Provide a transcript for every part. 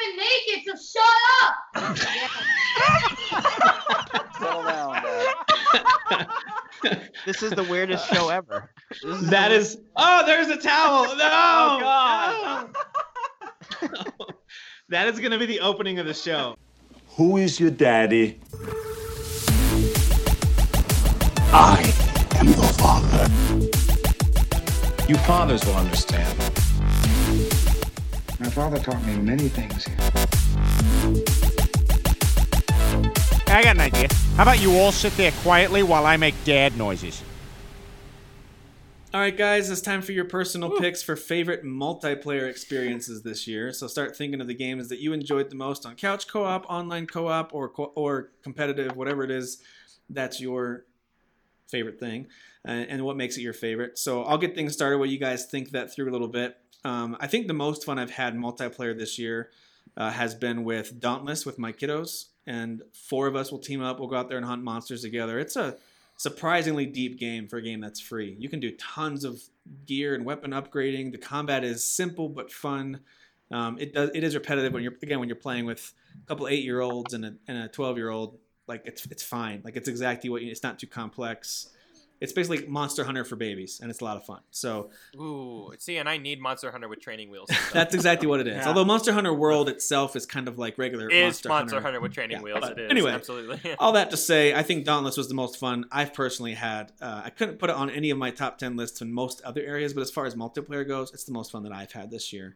idiot, so shut up! Settle down, Dad. This is the weirdest show ever. This the That is. Oh, there's a towel. No. Oh, God. no. that is going to be the opening of the show. Who is your daddy? You fathers will understand. My father taught me many things. I got an idea. How about you all sit there quietly while I make dad noises? All right, guys, it's time for your personal picks for favorite multiplayer experiences this year. So start thinking of the games that you enjoyed the most on couch co-op, online co-op, or co- or competitive, whatever it is. That's your favorite thing, uh, and what makes it your favorite. So I'll get things started. While you guys think that through a little bit. Um, I think the most fun I've had multiplayer this year uh, has been with Dauntless with my kiddos, and four of us will team up. We'll go out there and hunt monsters together. It's a surprisingly deep game for a game that's free. You can do tons of gear and weapon upgrading. The combat is simple but fun. Um, it does it is repetitive when you're again when you're playing with a couple eight year olds and a and a twelve year old. Like it's it's fine. Like it's exactly what you. It's not too complex. It's basically Monster Hunter for babies, and it's a lot of fun. So Ooh, see, and I need Monster Hunter with training wheels. that's exactly what it is. Yeah. Although Monster Hunter World itself is kind of like regular is Monster, Hunter. with training Yeah, wheels. but It is anyway, absolutely. all that to say, I think Dauntless was the most fun I've personally had. Uh, I couldn't put it on any of my top 10 lists in most other areas, but as far as multiplayer goes, it's the most fun that I've had this year.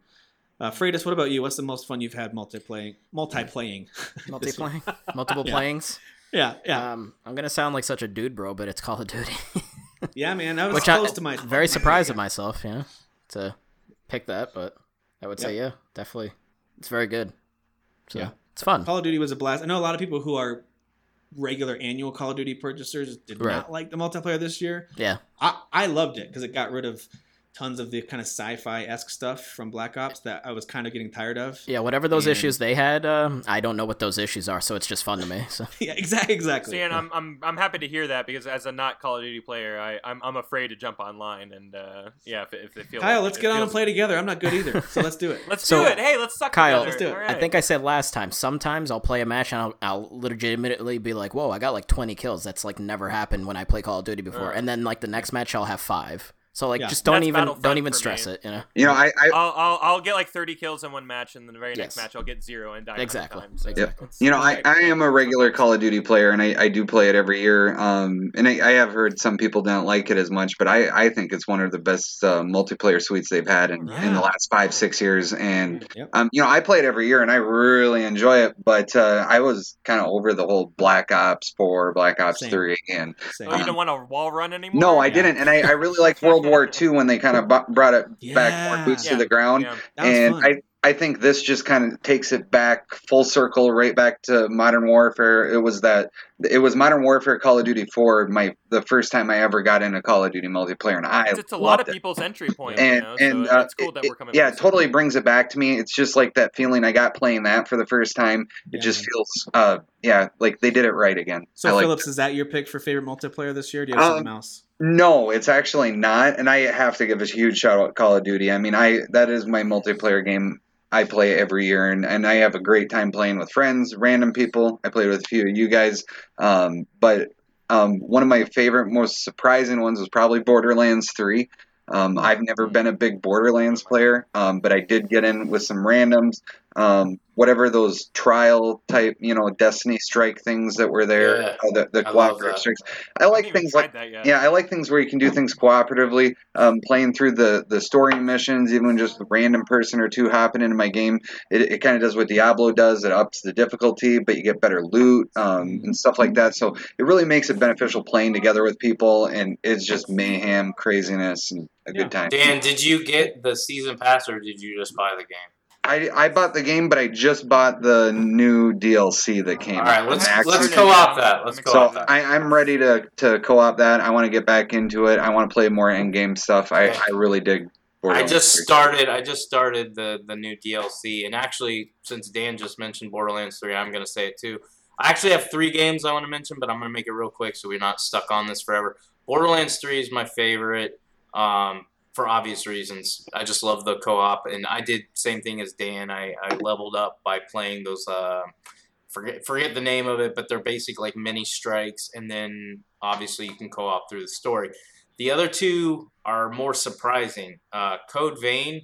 Uh, Freitas, what about you? What's the most fun you've had multiplaying? Multiplaying. Multiplaying, multiple Yeah. playings. yeah, yeah. Um, I'm gonna sound like such a dude, bro, but it's Call of Duty, yeah, man. That was which close I, to my. very surprised at myself, you know, to pick that. But I would say, yeah, definitely, it's very good. So Yeah. it's fun. Call of Duty was a blast. I know a lot of people who are regular annual Call of Duty purchasers did Right. not like the multiplayer this year. Yeah, I, I loved it because it got rid of tons of the kind of sci-fi esque stuff from Black Ops that I was kind of getting tired of. yeah. Whatever those And- issues they had, um, I don't know what those issues are, so it's just fun to me. So yeah, exactly. Exactly. See, and I'm, I'm I'm happy to hear that because as a not Call of Duty player, I I'm, I'm afraid to jump online and uh, yeah, if, if they feel Kyle, like- let's it get on and feels- play together. I'm not good either, so let's do it. Let's So- do it. Hey, let's suck Kyle, together. Let's do it. All I think I said last time. Sometimes I'll play a match and I'll, I'll legitimately be like, "Whoa, I got like 20 kills." That's like never happened when I play Call of Duty before. Right. And then like the next match, I'll have five. So like, Yeah. just don't That's even Battlefront don't even for stress me. it. You know, You know, I, I I'll, I'll I'll get like 30 kills in one match, and then the very next Yes. match I'll get zero and die. a hundred Exactly. times. Like, Exactly. it's- You know, I, it's like- I am a regular Call of Duty player, and I, I do play it every year. Um, and I, I have heard some people don't like it as much, but I, I think it's one of the best uh, multiplayer suites they've had in, in Yeah. the last five, six years. And, Yep. um, you know, I play it every year, and I really enjoy it, but uh, I was kind of over the whole Black Ops 4, Black Ops Same. 3, and Same. Oh, you don't want a wall run anymore? no, I Yeah. didn't. And I, I really liked World War II when they kind of b- brought it back more Yeah. boots Yeah. to the ground Yeah. That was and fun. I I think this just kind of takes it back full circle, right back to Modern Warfare. It was that it was Modern Warfare Call of Duty Four, my the first time I ever got into Call of Duty multiplayer, and I It's, it's a lot loved of it. people's entry point. you And know, and so uh, it's cool that it- we're coming. yeah, back it to totally that. brings it back to me. It's just like that feeling I got playing that for the first time. It Yeah, just man. feels uh yeah like they did it right again. So I like Phillips, is that your pick for favorite multiplayer this year? Do you have Um, something else? No, it's actually not, and I have to give a huge shout out to Call of Duty. I mean, I that is my multiplayer game I play every year, and, and I have a great time playing with friends, random people. I played with a few of you guys, um, but um, one of my favorite, most surprising ones was probably Borderlands Three. Um, I've Mm-hmm. never been a big Borderlands player, um, but I did get in with some randoms, um, whatever those trial type, you know, Destiny Strike things that were there, Yeah, uh, the, the I love cooperative that. strikes. I like haven't even things like tried that yet. yeah, I like things where you can do things cooperatively. Um, playing through the the story missions, even just a random person or two hopping into my game, it, it kind of does what Diablo does. It ups the difficulty, but you get better loot um, and stuff like that. So it really makes it beneficial playing together with people, and it's just mayhem, craziness, and a Yeah. good time. Dan, did you get the season pass or did you just buy the game? I, I bought the game, but I just bought the new DLC that came. All right, out. let's Max- let's co-op that. Let's So co-op that. I, I'm ready to, to co-op that. I want to get back into it. I want to play more in-game stuff. I, Okay. I really dig. I Borderlands just 3. started. I just started the the new DLC, and actually, since Dan just mentioned Borderlands Three, I'm gonna say it too. I actually have three games I want to mention, but I'm gonna make it real quick so we're not stuck on this forever. Borderlands Three is my favorite. Um, for obvious reasons. I just love the co-op, and I did same thing as Dan. I, I leveled up by playing those. Uh, forget forget the name of it, but they're basic like mini strikes, and then obviously you can co-op through the story. The other two are more surprising. Uh, Code Vein,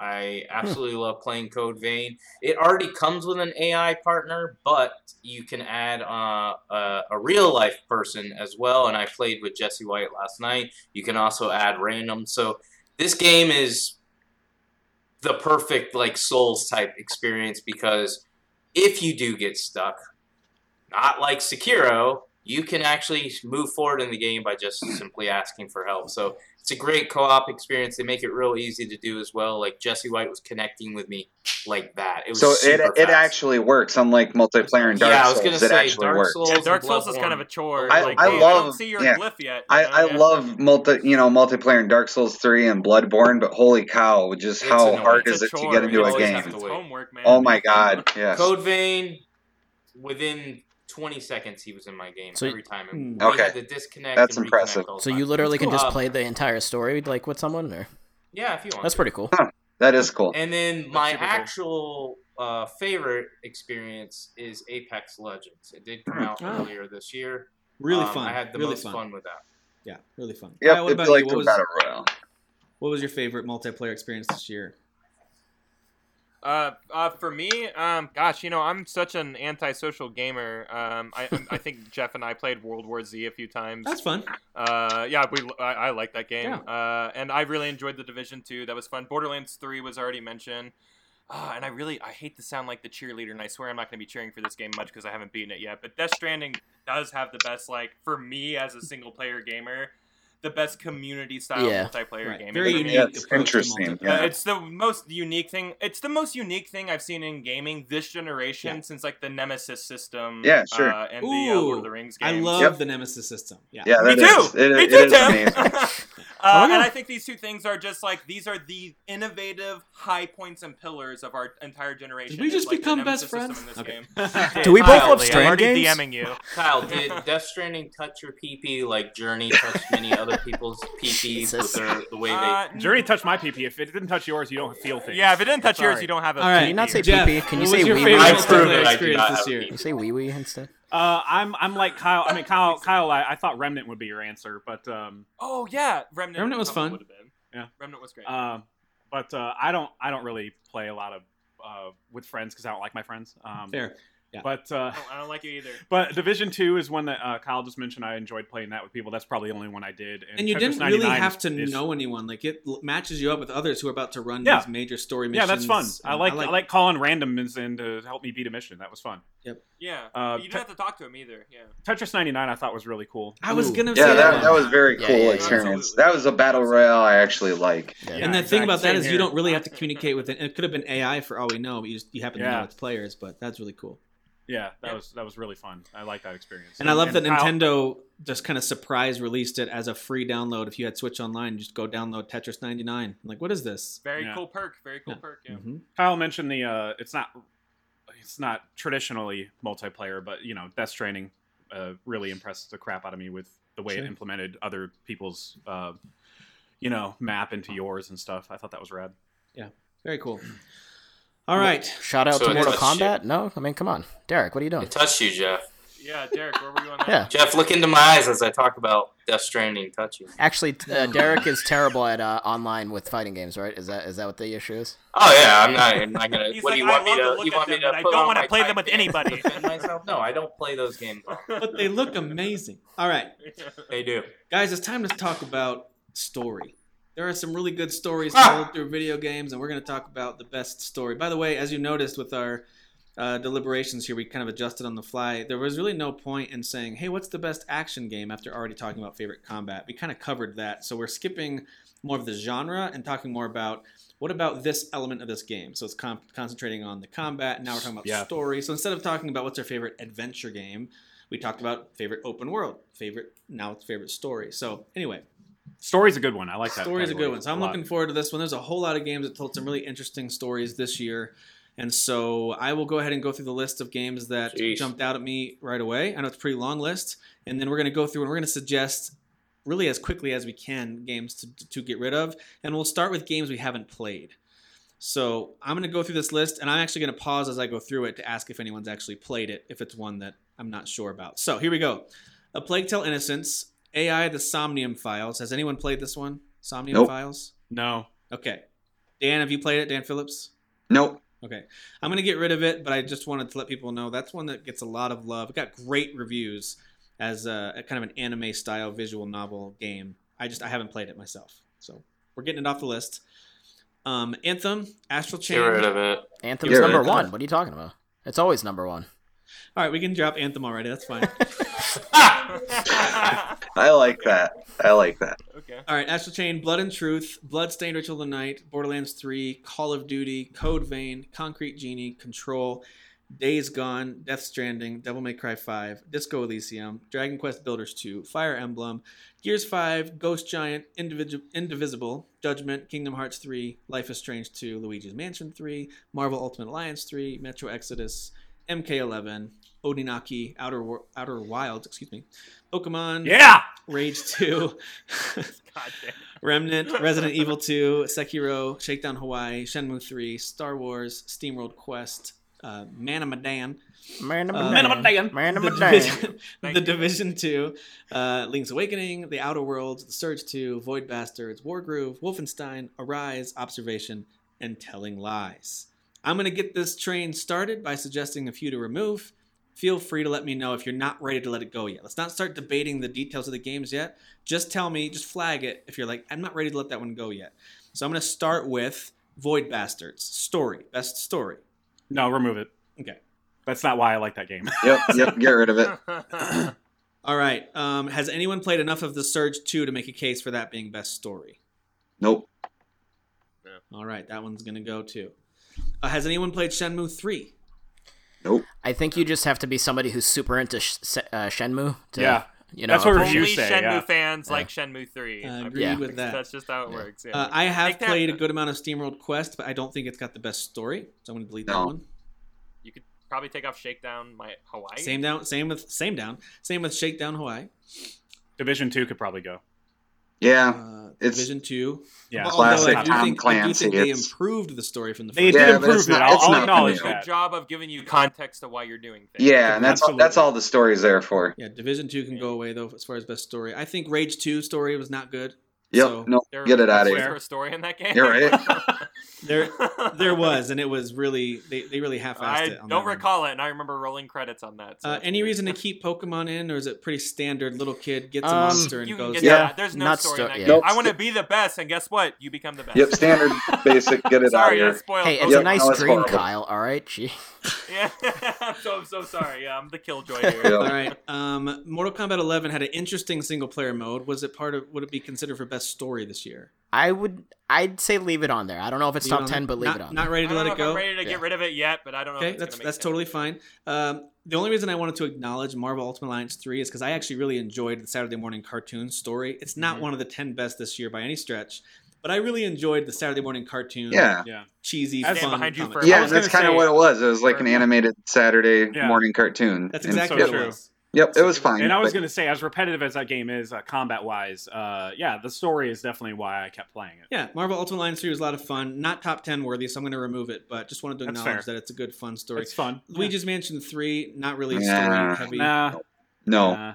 I absolutely love playing Code Vein. It already comes with an AI partner, but you can add uh, a, a real life person as well. And I played with Jesse White last night. You can also add random. So this game is the perfect like Souls type experience because if you do get stuck, not like Sekiro, you can actually move forward in the game by just simply asking for help. So it's a great co-op experience. They make it real easy to do as well. Like Jesse White was connecting with me like that. It was So it, super it fast. actually works, unlike multiplayer and Dark yeah, I was Souls. gonna it say actually Dark works. Souls. Yeah, and Dark Souls is Bloodborne. kind of a chore. I- like, I they love- don't see your yeah. glyph yet. I, you know? I Yeah. love multi you know multiplayer in Dark Souls three and Bloodborne, but holy cow, just It's how annoying. hard It's is a it to chore. get into You a always game? have to It's wait. homework, man. Oh my god, yes. Code Vein, within 20 seconds, he was in my game So- every time. And Hmm. we Okay. had to disconnect. That's Um, and reconnect impressive. all the So time. you literally It's can cool. just Uh, play the entire story like with someone, or Yeah, if you want. that's pretty cool. That is cool. And then my super cool. actual uh, favorite experience is Apex Legends. It did Hmm. come out Ah. Oh. earlier this year. Really Um, fun. I had the really most fun. fun. with that. Yeah, really fun. Yep, Kyle, what it'd about be you? like what, the was, battle royale. what was your favorite multiplayer experience this year? Uh, uh, for me, um, gosh, you know, I'm such an antisocial gamer. Um, I, I think Jeff and I played World War Z a few times. That's fun. Uh, yeah, we I, I like that game. Yeah. Uh, and I really enjoyed the Division Two. That was fun. Borderlands Three was already mentioned. Uh, and I really I hate to sound like the cheerleader, and I swear I'm not going to be cheering for this game much because I haven't beaten it yet. But Death Stranding does have the best, like for me as a single player gamer, the best community style Yeah. multiplayer Right. game. Very For me, unique. Yeah, approach it's to interesting. multiplayer. uh, Yeah. it's the most unique thing. It's the most unique thing I've seen in gaming this generation Yeah. since like the Nemesis system. Yeah, sure. Uh, and the uh, Lord Ooh, of the Rings I games. love Yep. the Nemesis system. Yeah. Yeah, Me that too. is. It, Me it too, is Tim. amazing. uh, Oh, yeah. And I think these two things are just like these are the innovative high points and pillars of our entire generation. Did we is, just like, the become Nemesis best friends? system in this Okay. game. Do we both Kyle, love Lee, Strand I'm already games? DMing you. Kyle, did Death Stranding touch your PP like Journey touched many other people's PPs with Jesus. their, the way they? Uh, Journey touched my PP. If it didn't touch yours, you don't feel things. yeah, if it didn't touch yours, Sorry. you don't have a. All right. Can you not say Jeff, PP? Can you what say was your wee favorite I've proven multiplayer that I do experience not this have year? You say wee wee instead. Uh, I'm I'm like Kyle. I mean Kyle. Kyle, I, I thought Remnant would be your answer, but um, Oh yeah, Remnant. Remnant was fun. would have been. Yeah. Remnant was great. uh, but uh, I don't I don't really play a lot of uh, with friends because I don't like my friends. Um, Fair. yeah. But uh, I, don't, I don't like you either. but Division Two is one that uh, Kyle just mentioned. I enjoyed playing that with people. That's probably the only one I did. And you Tetris didn't really 99 have to is- is- know anyone. Like it l- matches you up with others who are about to run Yeah. these major story Yeah, missions. uh, that's fun. I and like I like, calling randoms in to help me beat a mission. That was fun. Yeah. Uh, you didn't have to talk to him either. Yeah. Tetris 99 I thought was really cool. I was Ooh. gonna say um, Yeah, that, one. that was very Yeah, cool yeah, yeah. experience. Absolutely. That was a battle royale I actually like. Yeah. and the Yeah, thing about exactly. that is Same you here. don't really have to communicate with it. It could have been AI for all we know, but you, just, you happen to know Yeah. it's players. But that's really cool. Yeah, that Yeah. was that was really fun. I like that experience. And I love that Kyle- Nintendo just kind of surprise released it as a free download. If you had Switch Online, just go download Tetris 99. I'm like, what is this? Very Yeah. cool perk. Very cool Yeah. perk. Yeah. Mhm. Kyle mentioned the uh, it's not it's not traditionally multiplayer, but you know, Death Stranding uh, really impressed the crap out of me with the way Sure. it implemented other people's uh, you know map into yours and stuff. I thought that was rad. Very cool. All right. Shout out So to it Mortal touched you. Kombat. No, I mean, come on, Derek, what are you doing? It touched you, Jeff. Yeah, Derek, where were you on that? Yeah. Jeff, look into my eyes as I talk about Death Stranding touching. Actually, t- uh, Derek is terrible at uh, online with fighting games, right? Is that is that what the issue is? Oh yeah, I'm not. I'm not gonna. He's what like, do you I want me love to to? look You at want me them, to? but I put don't on wanna my play them tight with pants and anybody. defend myself? No, I don't play those games. But they look amazing. All right. They do. Guys, it's time to talk about story. There are some really good stories Ah! told through video games, and we're going to talk about the best story. By the way, as you noticed with our uh, deliberations here, we kind of adjusted on the fly. There was really no point in saying, hey, what's the best action game after already talking about favorite combat? We kind of covered that. So we're skipping more of the genre and talking more about what about this element of this game? So it's con- concentrating on the combat. Now we're talking about Yeah. story. So instead of talking about what's our favorite adventure game, we talked about favorite open world, favorite now it's favorite story. So anyway, Story's a good one. I like that. story's a good category one. So I'm lot. looking forward to this one. There's a whole lot of games that told some really interesting stories this year. And so I will go ahead and go through the list of games that Jeez. jumped out at me right away. I know it's a pretty long list. And then we're going to go through and we're going to suggest really as quickly as we can games to, to get rid of. And we'll start with games we haven't played. So I'm going to go through this list, and I'm actually going to pause as I go through it to ask if anyone's actually played it, if it's one that I'm not sure about. So here we go. A Plague Tale Innocence, AI The Somnium Files. Has anyone played this one? Somnium Nope. Files? No. Okay. Dan, have you played it? Dan Phillips? Nope. Okay. I'm going to get rid of it, but I just wanted to let people know that's one that gets a lot of love. It got great reviews as a, a kind of an anime style visual novel game. I just I haven't played it myself. So we're getting it off the list. Um, Anthem, Astral Chain. Get rid of it. Anthem's Yeah, number right. one. What are you talking about? It's always number one. All right, we can drop Anthem already. That's fine. I like that. I like that. Okay. All right, Astral Chain, Blood and Truth, Bloodstained Ritual of the Night, Borderlands 3, Call of Duty, Code Vein, Concrete Genie, Control, Days Gone, Death Stranding, Devil May Cry 5, Disco Elysium, Dragon Quest Builders 2, Fire Emblem, Gears 5, Ghost Giant, Individu- Indivisible, Judgment, Kingdom Hearts 3, Life is Strange 2, Luigi's Mansion 3, Marvel Ultimate Alliance 3, Metro Exodus, MK11, Odinaki, Outer, Wor- Outer Wilds, excuse me, Pokemon, Yeah. Rage 2, God damn. Remnant, Resident Evil 2, Sekiro, Shakedown Hawaii, Shenmue 3, Star Wars, SteamWorld Quest, uh, Man of Medan, Man, Uh, man, The, man, man. Division, Thank The you. Division 2, uh, Link's Awakening, The Outer Worlds, The Surge 2, Void Bastards, Wargroove, Wolfenstein, Arise, Observation, and Telling Lies. I'm going to get this train started by suggesting a few to remove. Feel free to let me know if you're not ready to let it go yet. Let's not start debating the details of the games yet. Just tell me, just flag it if you're like, I'm not ready to let that one go yet. So I'm going to start with Void Bastards. Story, best story. No, remove it. Okay. That's not why I like that game. Yep, yep. Get rid of it. All right. Um, has anyone played enough of The Surge 2 to make a case for that being best story? Nope. All right, that one's going to go too. Uh, has anyone played Shenmue 3? I think you just have to be somebody who's super into sh- se- uh, Shenmue. To, Yeah. you know, That's what Only reviews say, Shenmue yeah. fans Yeah. like Shenmue Three. I I'm agree pretty with sure that. That's just how it Yeah. works. Yeah. Uh, I have Like that- played a good amount of SteamWorld Quest, but I don't think it's got the best story, so I'm going to delete that No. one. you could probably take off Shakedown my Hawaii. Same down, same with same down, same with Shakedown Hawaii. Division two could probably go. Yeah. Uh, It's- Division Two. Yeah. Although Classic I do Tom think, Clancy, I do think they it's- improved the story from the They first. did Yeah, but improve it's it. not- I'll, it's I'll not acknowledge Good new. that. job of giving you context to why you're doing things. Yeah, and that's that's all the story's there for. Yeah, Division Two can go away though as far as best story. I think Rage Two story was not good. Yep. So- no. There- Get it out of was there here. a story in that game? You're right. There, there was, and it was really they, they really half-assed I it. on that don't one. recall it, and I remember rolling credits on that. so Uh, that's any weird. reason to keep Pokemon in, or is it pretty standard? Little kid gets a Um, monster and You can goes. get Yeah. that. There's no Not story sto- in that yeah. game. Nope. I want to be the best, and guess what? You become the best. Yep. Standard, basic. Get it Sorry, out I of here. spoiled. Hey, it's both Yep, a of nice no, it's dream, horrible. Kyle. All right, Gee. Yeah, I'm so I'm so sorry. Yeah, I'm the killjoy here. All Yep. right. Um, Mortal Kombat 11 had an interesting single-player mode. Was it part of? Would it be considered for best story this year? I would, I'd say leave it on there. I don't know if it's Leave it top on ten, there? but leave not, it on. Not there. ready I to don't let know it if I'm go. ready to Yeah. get rid of it yet, but I don't know. Okay, if it's that's gonna make that's sense. totally fine. Um, the only reason I wanted to acknowledge Marvel Ultimate Alliance 3 is because I actually really enjoyed the Saturday morning cartoon story. It's not Mhm. one of the 10 best this year by any stretch, but I really enjoyed the Saturday morning cartoon. Yeah. Yeah. Cheesy, Stand fun. behind you comic. for- I Yeah, was that's gonna kind of say- what it was. It was like an Yeah. animated Saturday Yeah. morning cartoon. That's And- exactly so what true. it was. Yep, it was fine. And I was but- going to say, as repetitive as that game is, uh, combat wise, uh, yeah, the story is definitely why I kept playing it. Yeah, Marvel Ultimate Alliance 3 was a lot of fun. Not top 10 worthy, so I'm going to remove it, but just wanted to That's acknowledge fair. that it's a good, fun story. It's fun. Luigi's Mansion 3, not really Nah. story heavy. Nah, no, nah.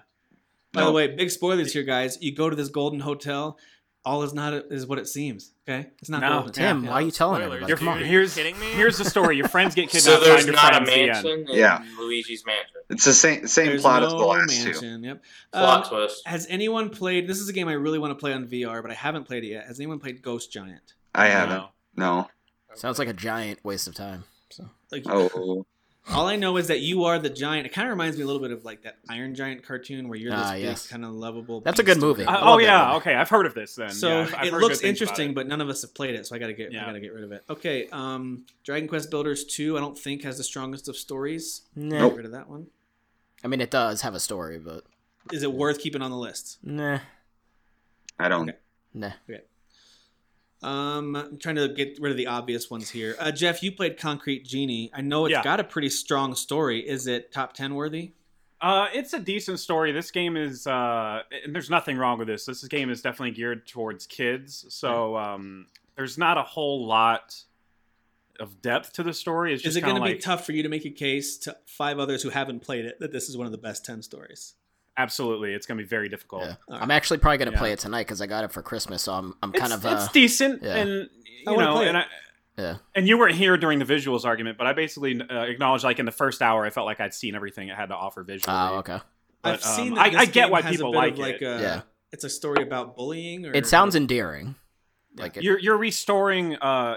By the no. way, big spoilers here, guys. You go to this golden hotel, all is not is what it seems. Okay, it's not No, golden. Tim, Yeah. why are you telling Spoilers, You're, everybody? You're Come on. kidding here's me? here's the story. Your friends get So kidnapped. there's find your not a friends, the end. mansion. in Yeah. Luigi's Mansion. it's the same same There's plot as no the last two. mansion. Yep. Um, Plot twist. has anyone played? This is a game I really want to play on VR, but I haven't played it yet. Has anyone played Ghost Giant? I No. haven't. No. Sounds like a giant waste of time. So Like, Oh, all I know is that you are the giant. It kind of reminds me a little bit of like that Iron Giant cartoon where you're this Ah, big, yes. kind of lovable. That's a beast good or movie. Uh, whatever. oh I love that yeah, movie. okay. I've heard of this. Then So Yeah, I've- I've it heard looks good things about interesting, it. but none of us have played it, so I gotta get I Yeah. gotta get rid of it. Okay, um, Dragon Quest Builders two, I don't think has the strongest of stories. nah. Get rid of that one. I mean, it does have a story, but Is it worth keeping on the list? nah, I don't. nah. Um, I'm trying to get rid of the obvious ones here. Uh, Jeff, you played Concrete Genie. I know it's Yeah. got a pretty strong story. Is it top ten worthy? Uh, it's a decent story. This game is, uh, and there's nothing wrong with this. This game is definitely geared towards kids, so um, there's not a whole lot of depth to the story. It's just is it going kinda to like, be tough for you to make a case to five others who haven't played it that this is one of the best 10 stories? Absolutely, it's going to be very difficult. I'm actually probably gonna Yeah. play it tonight because I got it for Christmas. So I'm I'm It's, kind of it's uh, decent, yeah. and I you wanna know, play and it. I, yeah. and you weren't here during the visuals argument, but I basically uh, acknowledged like in the first hour, I felt like I'd seen everything it had to offer visually. Oh, okay. But, I've seen um, that I- this I get game why has people a bit like of like it. A, Yeah. It's a story about bullying. Or It sounds endearing. Like it, you're you're restoring uh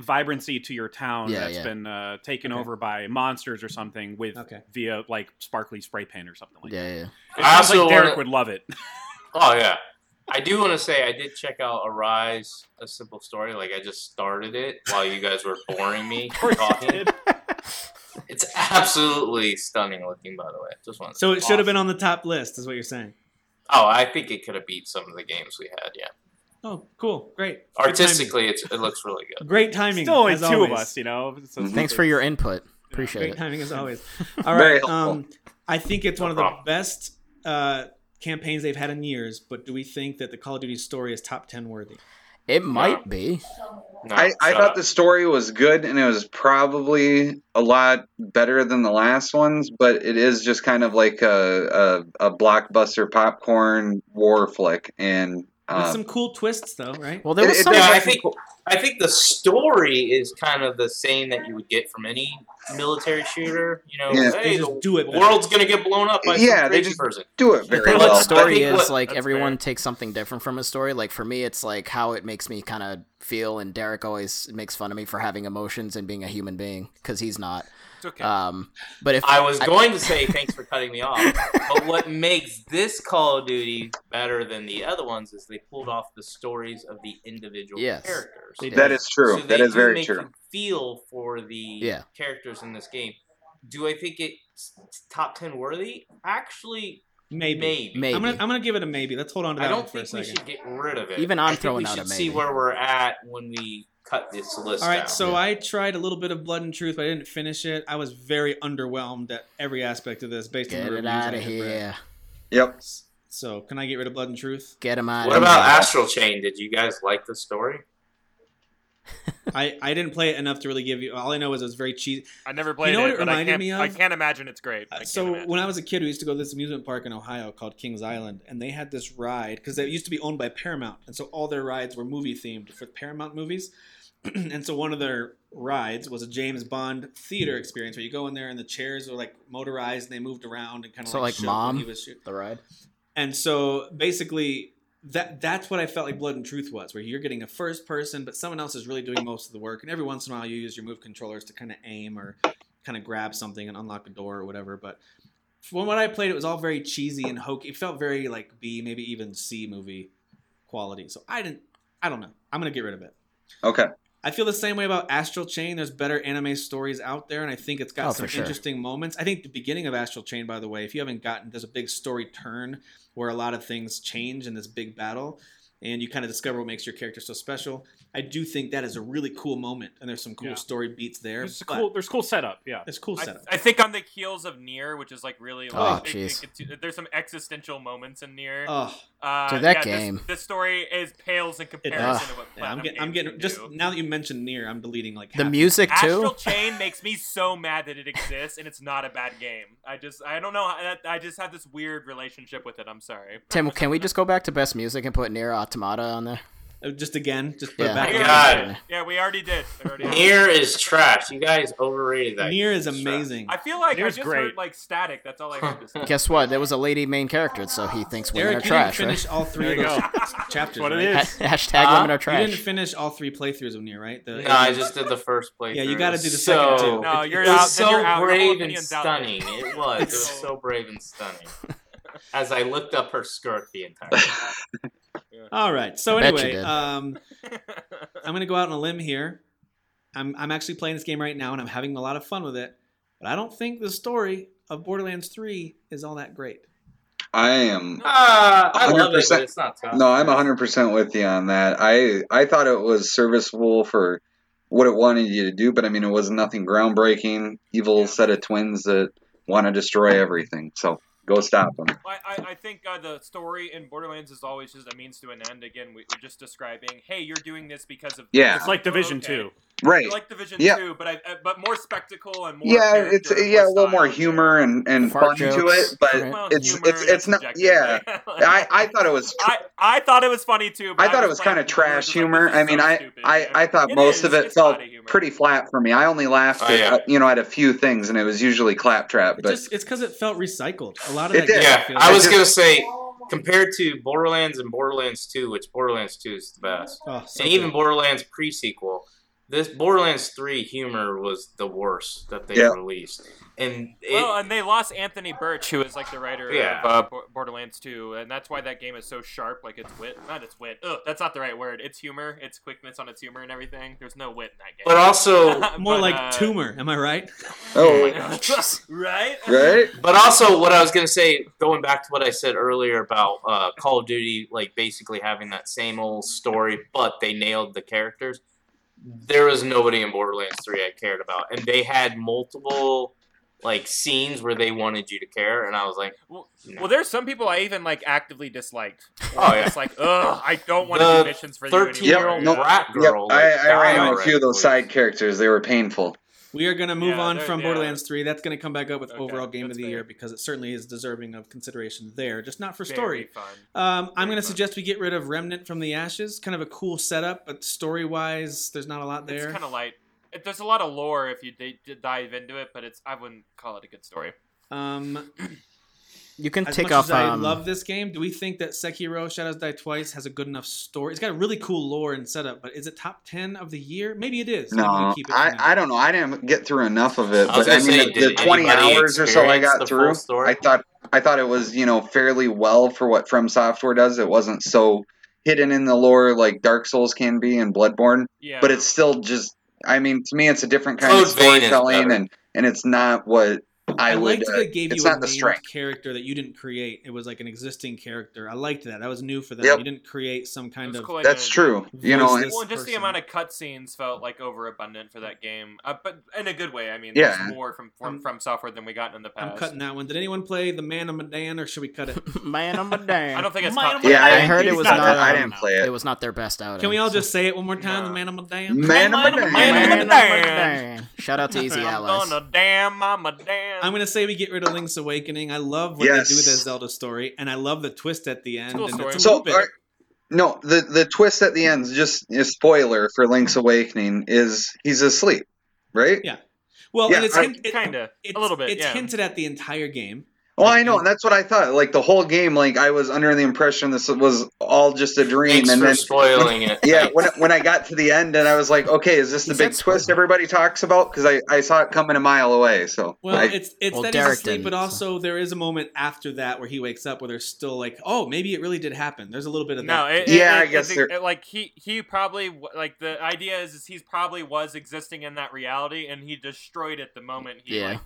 vibrancy to your town Yeah, that's yeah. been uh, taken Okay. over by monsters or something with Okay. via like sparkly spray paint or something like that. yeah, yeah. It I sounds like also Derek wanna- would love it. Oh yeah, I do want to say I did check out Arise: A Simple Story. Like I just started it while you guys were boring me talking. It's absolutely stunning looking, by the way. Just want. So it should have been on the top list, is what you're saying. Oh, I think it could have beat some of the games we had. Yeah, Oh, cool. Great. Good timing. artistically, it's, it looks really good. Great timing. Still only as two always. of us, you know. So it's- Mm-hmm. Thanks for your input. Appreciate Great it. timing as always. All Very right. helpful. Um, I think it's No one of the problem. best uh, campaigns they've had in years, but do we think that the Call of Duty story is top 10 worthy? It might be. No, I, I shut thought up. the story was good and it was probably a lot better than the last ones, but it is just kind of like a, a, a blockbuster popcorn war flick. And With Um, uh, some cool twists, though, right? Well, there It- was it some. does- Yeah, I think I think the story is kind of the same that you would get from any military shooter. You know, Yeah. hey, They just the do it better. world's gonna get blown up by Yeah, some they crazy just- person. do it The very thing Well, about well. that's- I story think is what- like that's everyone fair. takes something different from a story. Like for me, it's like how it makes me kind of feel, and Derek always makes fun of me for having emotions and being a human being because he's not. It's okay. Uh, Um, but if I was going to say thanks for cutting me off, but what makes this Call of Duty better than the other ones is they pulled off the stories of the individual Yes. characters. They That is true. So that they is do very make true. you feel for the Yeah. characters in this game. Do I think it's top ten worthy? Actually, Maybe. maybe. maybe I'm gonna I'm gonna give it a maybe. Let's hold on to that I one don't for a think we second. should get rid of it. Even I'm I think throwing we out should a see maybe. where we're at when we cut this list. All right, out. so Yeah. I tried a little bit of Blood and Truth, but I didn't finish it. I was very underwhelmed at every aspect of this, based on get the it reviews out I of had read. here. Yep. So, can I get rid of Blood and Truth? Get him out. what of about here. Astral Chain? Did you guys like the story? I I didn't play it enough to really give you. All I know is it was very cheesy. I never played know what it, it but I reminded can't, me of? Uh, I can't imagine it's great. I can't so imagine. when I was a kid, we used to go to this amusement park in Ohio called Kings Island, and they had this ride because they used to be owned by Paramount, and so all their rides were movie themed for Paramount movies. and so one of their rides was a James Bond theater Hmm. experience where you go in there and the chairs were like motorized and they moved around and kind of So, like, showed Mom? what he was shoot- the ride? and so basically that that's what I felt like Blood and Truth was, where you're getting a first person, but someone else is really doing most of the work. And every once in a while you use your move controllers to kind of aim or kind of grab something and unlock a door or whatever. But from what I played, it was all very cheesy and hokey. It felt very like B, maybe even C movie quality. So I didn't I don't know. I'm gonna get rid of it. Okay. I feel the same way about Astral Chain. There's better anime stories out there, and I think it's got Oh, some for sure. interesting moments. I think the beginning of Astral Chain, by the way, if you haven't gotten, there's a big story turn where a lot of things change in this big battle, and you kind of discover what makes your character so special. I do think that is a really cool moment, and there's some cool Yeah. story beats there. There's a but cool, there's cool setup. Yeah, It's a cool I, setup. I think on the heels of Near, which is like really Ah, Oh, like, it- it jeez. gets you- there's some existential moments in Near. Oh, Uh, Dude, yeah, this- that game. This, story is pales in comparison does. to what yeah, I'm Platinum getting, I'm Games getting can just do. now that you mentioned Near, I'm deleting like The half- music Astral too. Chain makes me so mad that it exists and it's not a bad game. I just I don't know. I, I just have this weird relationship with it. I'm sorry. Tim, can we just go back to best music and put Near Automata on there? Uh, Just again, just put Yeah. it back. Oh Yeah. on. God. Yeah, we already did. We already did. Near is trash. You guys overrated that. Near game. is It's trash. amazing. I feel like Near's I just great. heard like static. That's all I heard. This time. Guess what? There was a lady main character, so he thinks women Derek, are you trash, didn't right? finish all three There of you those go. chapters. what it right? is. Hashtag Huh? women are You trash. didn't finish all three playthrougs of Near, right? The No, I just did the first playthrough. Yeah, you gotta do the so, second too. No, you're It was out. then so you're out. Your whole brave and opinion's out there. stunning. It was. It was so brave and stunning. As I looked up her skirt the entire time. All right. So I bet you anyway, did. um, I'm gonna go out on a limb here. I'm I'm actually playing this game right now, and I'm having a lot of fun with it. But I don't think the story of Borderlands 3 is all that great. I am Ah, I love it, 100%. but it's not tough. No, I'm 100% with you on that. I I thought it was serviceable for what it wanted you to do, but I mean, it was nothing groundbreaking. Evil set of twins that want to destroy everything. So go stop them. I, I, I think uh, the story in Borderlands is always just a means to an end. Again, we, we're just describing, hey, you're doing this because of Yeah. this. It's like Oh, Division okay. Two. Right. It's like Division Yeah. Two, but I, uh, but more spectacle and more. yeah, character it's and yeah a more little style. more humor and, and fun Fart to jokes, it, but right? Well, it's humor, it's it's that's not subjective. yeah. I, I thought it was I, I thought it was funny too. But I thought was it was playing kind of with trash words, like, humor. this is I mean, so I, stupid. I, I thought It most is, of it it's felt potty humor. pretty flat for me. I only laughed, Oh, at, yeah. uh, you know, at a few things, and it was usually claptrap. It But just it's because it felt recycled. A lot of It that. did. game Yeah, feels- I was just- gonna say compared to Borderlands and Borderlands Two, which Borderlands Two is the best, Oh, so and even good. Borderlands pre sequel, this Borderlands Three humor was the worst that they Yeah. released, and it, Well, and they lost Anthony Birch, who is like the writer Yeah. of uh, Bo- Borderlands 2, and that's why that game is so sharp. Like it's wit, not its wit. Ugh, that's not the right word. It's humor, it's quickness on its humor and everything. There's no wit in that game. but also More But, like uh, tumor. Am I right? oh, right? right, But also, what I was gonna say, going back to what I said earlier about uh, Call of Duty, like basically having that same old story, but they nailed the characters. There was nobody in Borderlands Three I cared about, and they had multiple like scenes where they wanted you to care, and I was like, Well, No. well, there's some people I even like actively disliked. oh yeah. It's like, ugh, I don't want The to do missions for you anymore. Thirteen-year-old Yep. rat yep. girl. I, like, I ran died on a few of those already. side characters. They were painful. We are going to move Yeah, on there- from yeah. Borderlands 3. That's going to come back up with Okay, overall game of that's the fair. year because it certainly is deserving of consideration there, just not for Very story. fun. Um, I'm very going to fun. suggest we get rid of Remnant from the Ashes. Kind of a cool setup, but story wise, there's not a lot It's there. kind of light. It, there's a lot of lore if you d- d- dive into it, but it's I wouldn't call it a good story. um, You can as take much off. as I um, love this game, do we think that Sekiro Shadows Die Twice has a good enough story? It's got a really cool lore and setup, but is it top 10 of the year? Maybe it is. Maybe we No, keep it for I, now. I don't know. I didn't get through enough of it, I was but I mean, gonna the, say, the did twenty anybody hours or so I experience got the full through, story? I thought I thought it was you know fairly well for what From Software does. It wasn't so hidden in the lore like Dark Souls can be and Bloodborne, Yeah, but it's still just. I mean, to me, it's a different kind of Code Vein is storytelling, better. and and it's not what I, I would. liked that uh, they gave it's you a not the named strength. character that you didn't create. It was like an existing character. I liked that. That was new for them. Yep. You didn't create some It kind was of. cool that's identity. true. You know, Voiceless and- Well, and just the person. amount of cutscenes felt like overabundant for that game, uh, but in a good way. I mean, Yeah. there's more from from, I'm- from software than we got in the I'm past. cutting that one. Did anyone play the Man of Medan, or should we cut it? man, I'm a I damn. don't think it's Mine top was- ten. yeah, I, I didn't- heard it it's was not not. um, that I bad. didn't play It it. was not their best outing. Can we all just say it one more time? The Nah. Man of Medan. Man, Man, I'm a man, man. man. Shout out to Easy I'm Allies. gonna damn, I'm a damn. I'm gonna say we get rid of Link's Awakening. I love what Yes. they do with that Zelda story, and I love the twist at the end. Cool and story. it's a So, little bit- all right, no, the the twist at the end is just a spoiler for Link's Awakening is he's asleep, right? Yeah. well, yeah, and it's I- hint- it- kinda a it's- little bit. It's yeah. hinted at the entire game. Well, I know, and And- that's what I thought. Like the whole game, like I was under the impression this was all just a dream, Thanks and for then spoiling it. yeah, when I- when I got to the end, and I was like, okay, is this the He big said twist spoiler. everybody talks about? Because I, I saw it coming a mile away. So Well, I- it's it's Well, that he's Derek asleep, but didn't, so- also there is a moment after that where he wakes up where there's still like, oh, maybe it really did happen. There's a little bit of No, that. it, Yeah, it- I it- guess it- they're- it- like he he probably w- like the idea is, is he's probably was existing in that reality and he destroyed it the moment he Yeah. like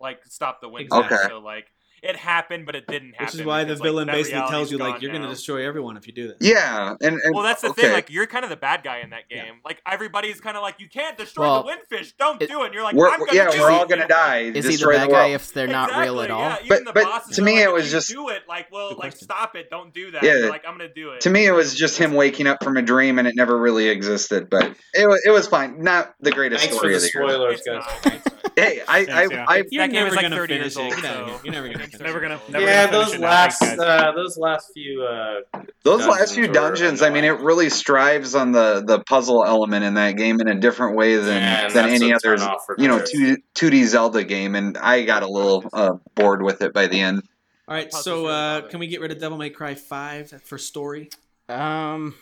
like stopped the wind. Exactly. Okay. So like it happened, but it didn't happen. Which is why the because, like, villain that basically reality's tells you like gone you're going to now. destroy everyone if you do this. yeah, and, and Well, that's the okay. thing. Like you're kind of the bad guy in that game. Yeah. Like everybody's kind of like you can't destroy Well, the windfish. Don't it- do it. And you're like, we're, I'm gonna yeah, do we're it. all gonna die. Is he the destroy bad the guy world. if they're not Exactly, real at all? yeah. Even But- the but bosses to are me, like, it if was you just- do it. Like, well, Good like question. stop it. Don't do that. Yeah. You're like I'm gonna do it. To me, it was just him waking up from a dream, and it never really existed. But it was, it was fine. Not the greatest Thanks for story the of the year. spoilers, It's guys. not. It's not. Hey, I, I, Yeah. I, You're that game never is like gonna 30 finish years old. it. Get out of so- here. You're never gonna It's finish Never gonna- old. never yeah, gonna finish those it now, last thanks, uh, those last few. Uh, those last few Dungeons dungeons. are I mean, it really strives on the the puzzle element in that game in a different way than yeah, than that's any a other, turnoff for you know, sure. two two D Zelda game. And I got a little uh, bored with it by the end. All right, Puzzles so really uh, bother can we get rid of Devil May Cry 5 for story? Um,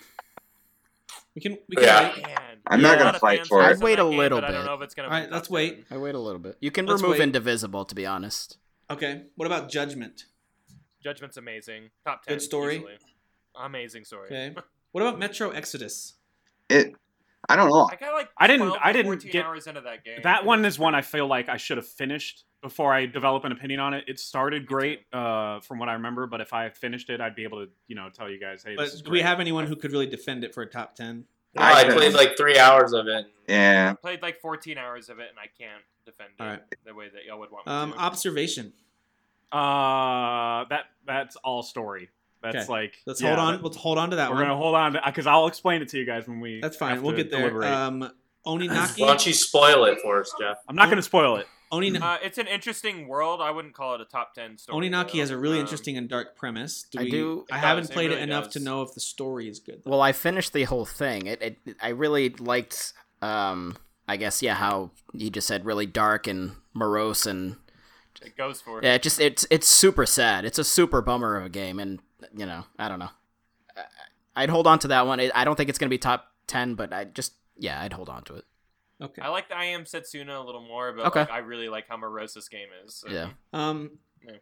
We can we can Yeah. wait. Man, I'm there's not a gonna lot of fight fans for it. in that I'd wait a game, little but I don't bit. know if it's gonna. All right, be let's top wait. 10. I wait a little bit. You can Let's remove wait. Indivisible, to be honest. Okay. What about Judgment? Judgment's amazing. Top ten. Good story. easily. Amazing story. Okay. What about Metro Exodus? It, I don't know. I got like. I didn't- 12 I didn't 14 get- hours into that game. That one is one I feel like I should have finished before I develop an opinion on it. It started great, uh, from what I remember, but if I had finished it, I'd be able to, you know, tell you guys, hey, But this is do we great. have anyone who could really defend it for a top 10? I played like three hours of it. Yeah, I played like 14 hours of it, and I can't defend All it right. the way that y'all would want. me Um, to. observation. Uh, that that's all story. That's Okay. like Let's yeah, hold on. that- Let's hold on to that we're one. gonna hold on because I'll explain it to you guys when we. That's fine. have We'll to get there. deliberate. Um, Oninaki. Why don't you spoil it for us, Jeff? I'm not gonna spoil it. Onin- Uh, it's an interesting world. I wouldn't call it a top ten story. Oninaki though. has a really Um, interesting and dark premise. Do I we- do- I It haven't does, it played it, really enough to does. know if the story is good. Though. Well, I finished the whole thing. It, it I really liked um I guess yeah how you just said really dark and morose and It goes for it. yeah, it just it's it's super sad. It's a super bummer of a game and you know, I don't know. I- I'd hold on to that one. I I don't think it's going to be top 10, but I just yeah, I'd hold on to it. Okay. I like the I am Setsuna a little more, but Okay. like, I really like how morose this game is. so- Yeah. Um, Yeah.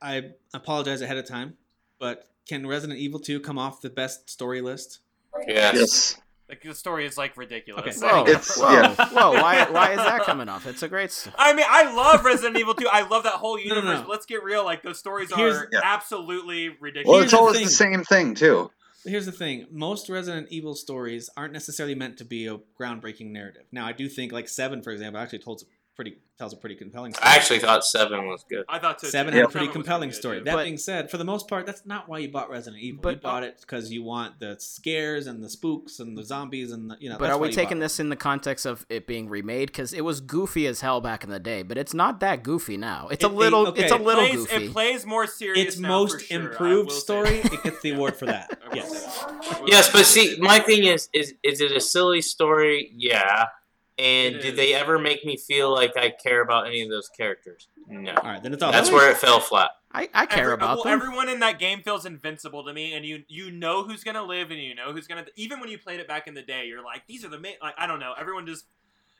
I apologize ahead of time, but can Resident Evil 2 come off the best story list? Yes. Like the story is like ridiculous. Okay. Whoa. Like- It's- whoa. yeah. Whoa, why why is that coming off? It's a great s- I mean, I love Resident Evil 2. I love that whole no, universe. no. but let's get real. Like those stories Here's- are Yeah. absolutely Well, ridiculous. it's the always thing. the same thing too. Here's the thing: most Resident Evil stories aren't necessarily meant to be a groundbreaking narrative. Now, I do think, like Seven, for example, actually told a pretty tells a pretty compelling. Story. I actually thought seven was good. I thought so. Seven too. had a Seven pretty was compelling good, story. yeah. That But- being said, for the most part, that's not why you bought Resident Evil. you But- bought it because you want the scares and the spooks and the zombies and the, you know. But that's are why we you bought taking it. this in the context of it being remade? Because it was goofy as hell back in the day, but it's not that goofy now. It's It- a little, it- it's okay. a It little plays, goofy. It plays more serious. Its now, most for sure, I improved will say story. that. It gets the award for that. I will say yes. that. I will Yes, say but that. see, my thing is, is is it a silly story? Yeah. And It did they is. ever make me feel like I care about any of those characters? No. All right, then it's all. That's where it fell flat. I, I care Every- about well, them. Everyone in that game feels invincible to me, and you you know who's gonna live, and you know who's gonna. Even when you played it back in the day, you're like, these are the main. Like I don't know. Everyone just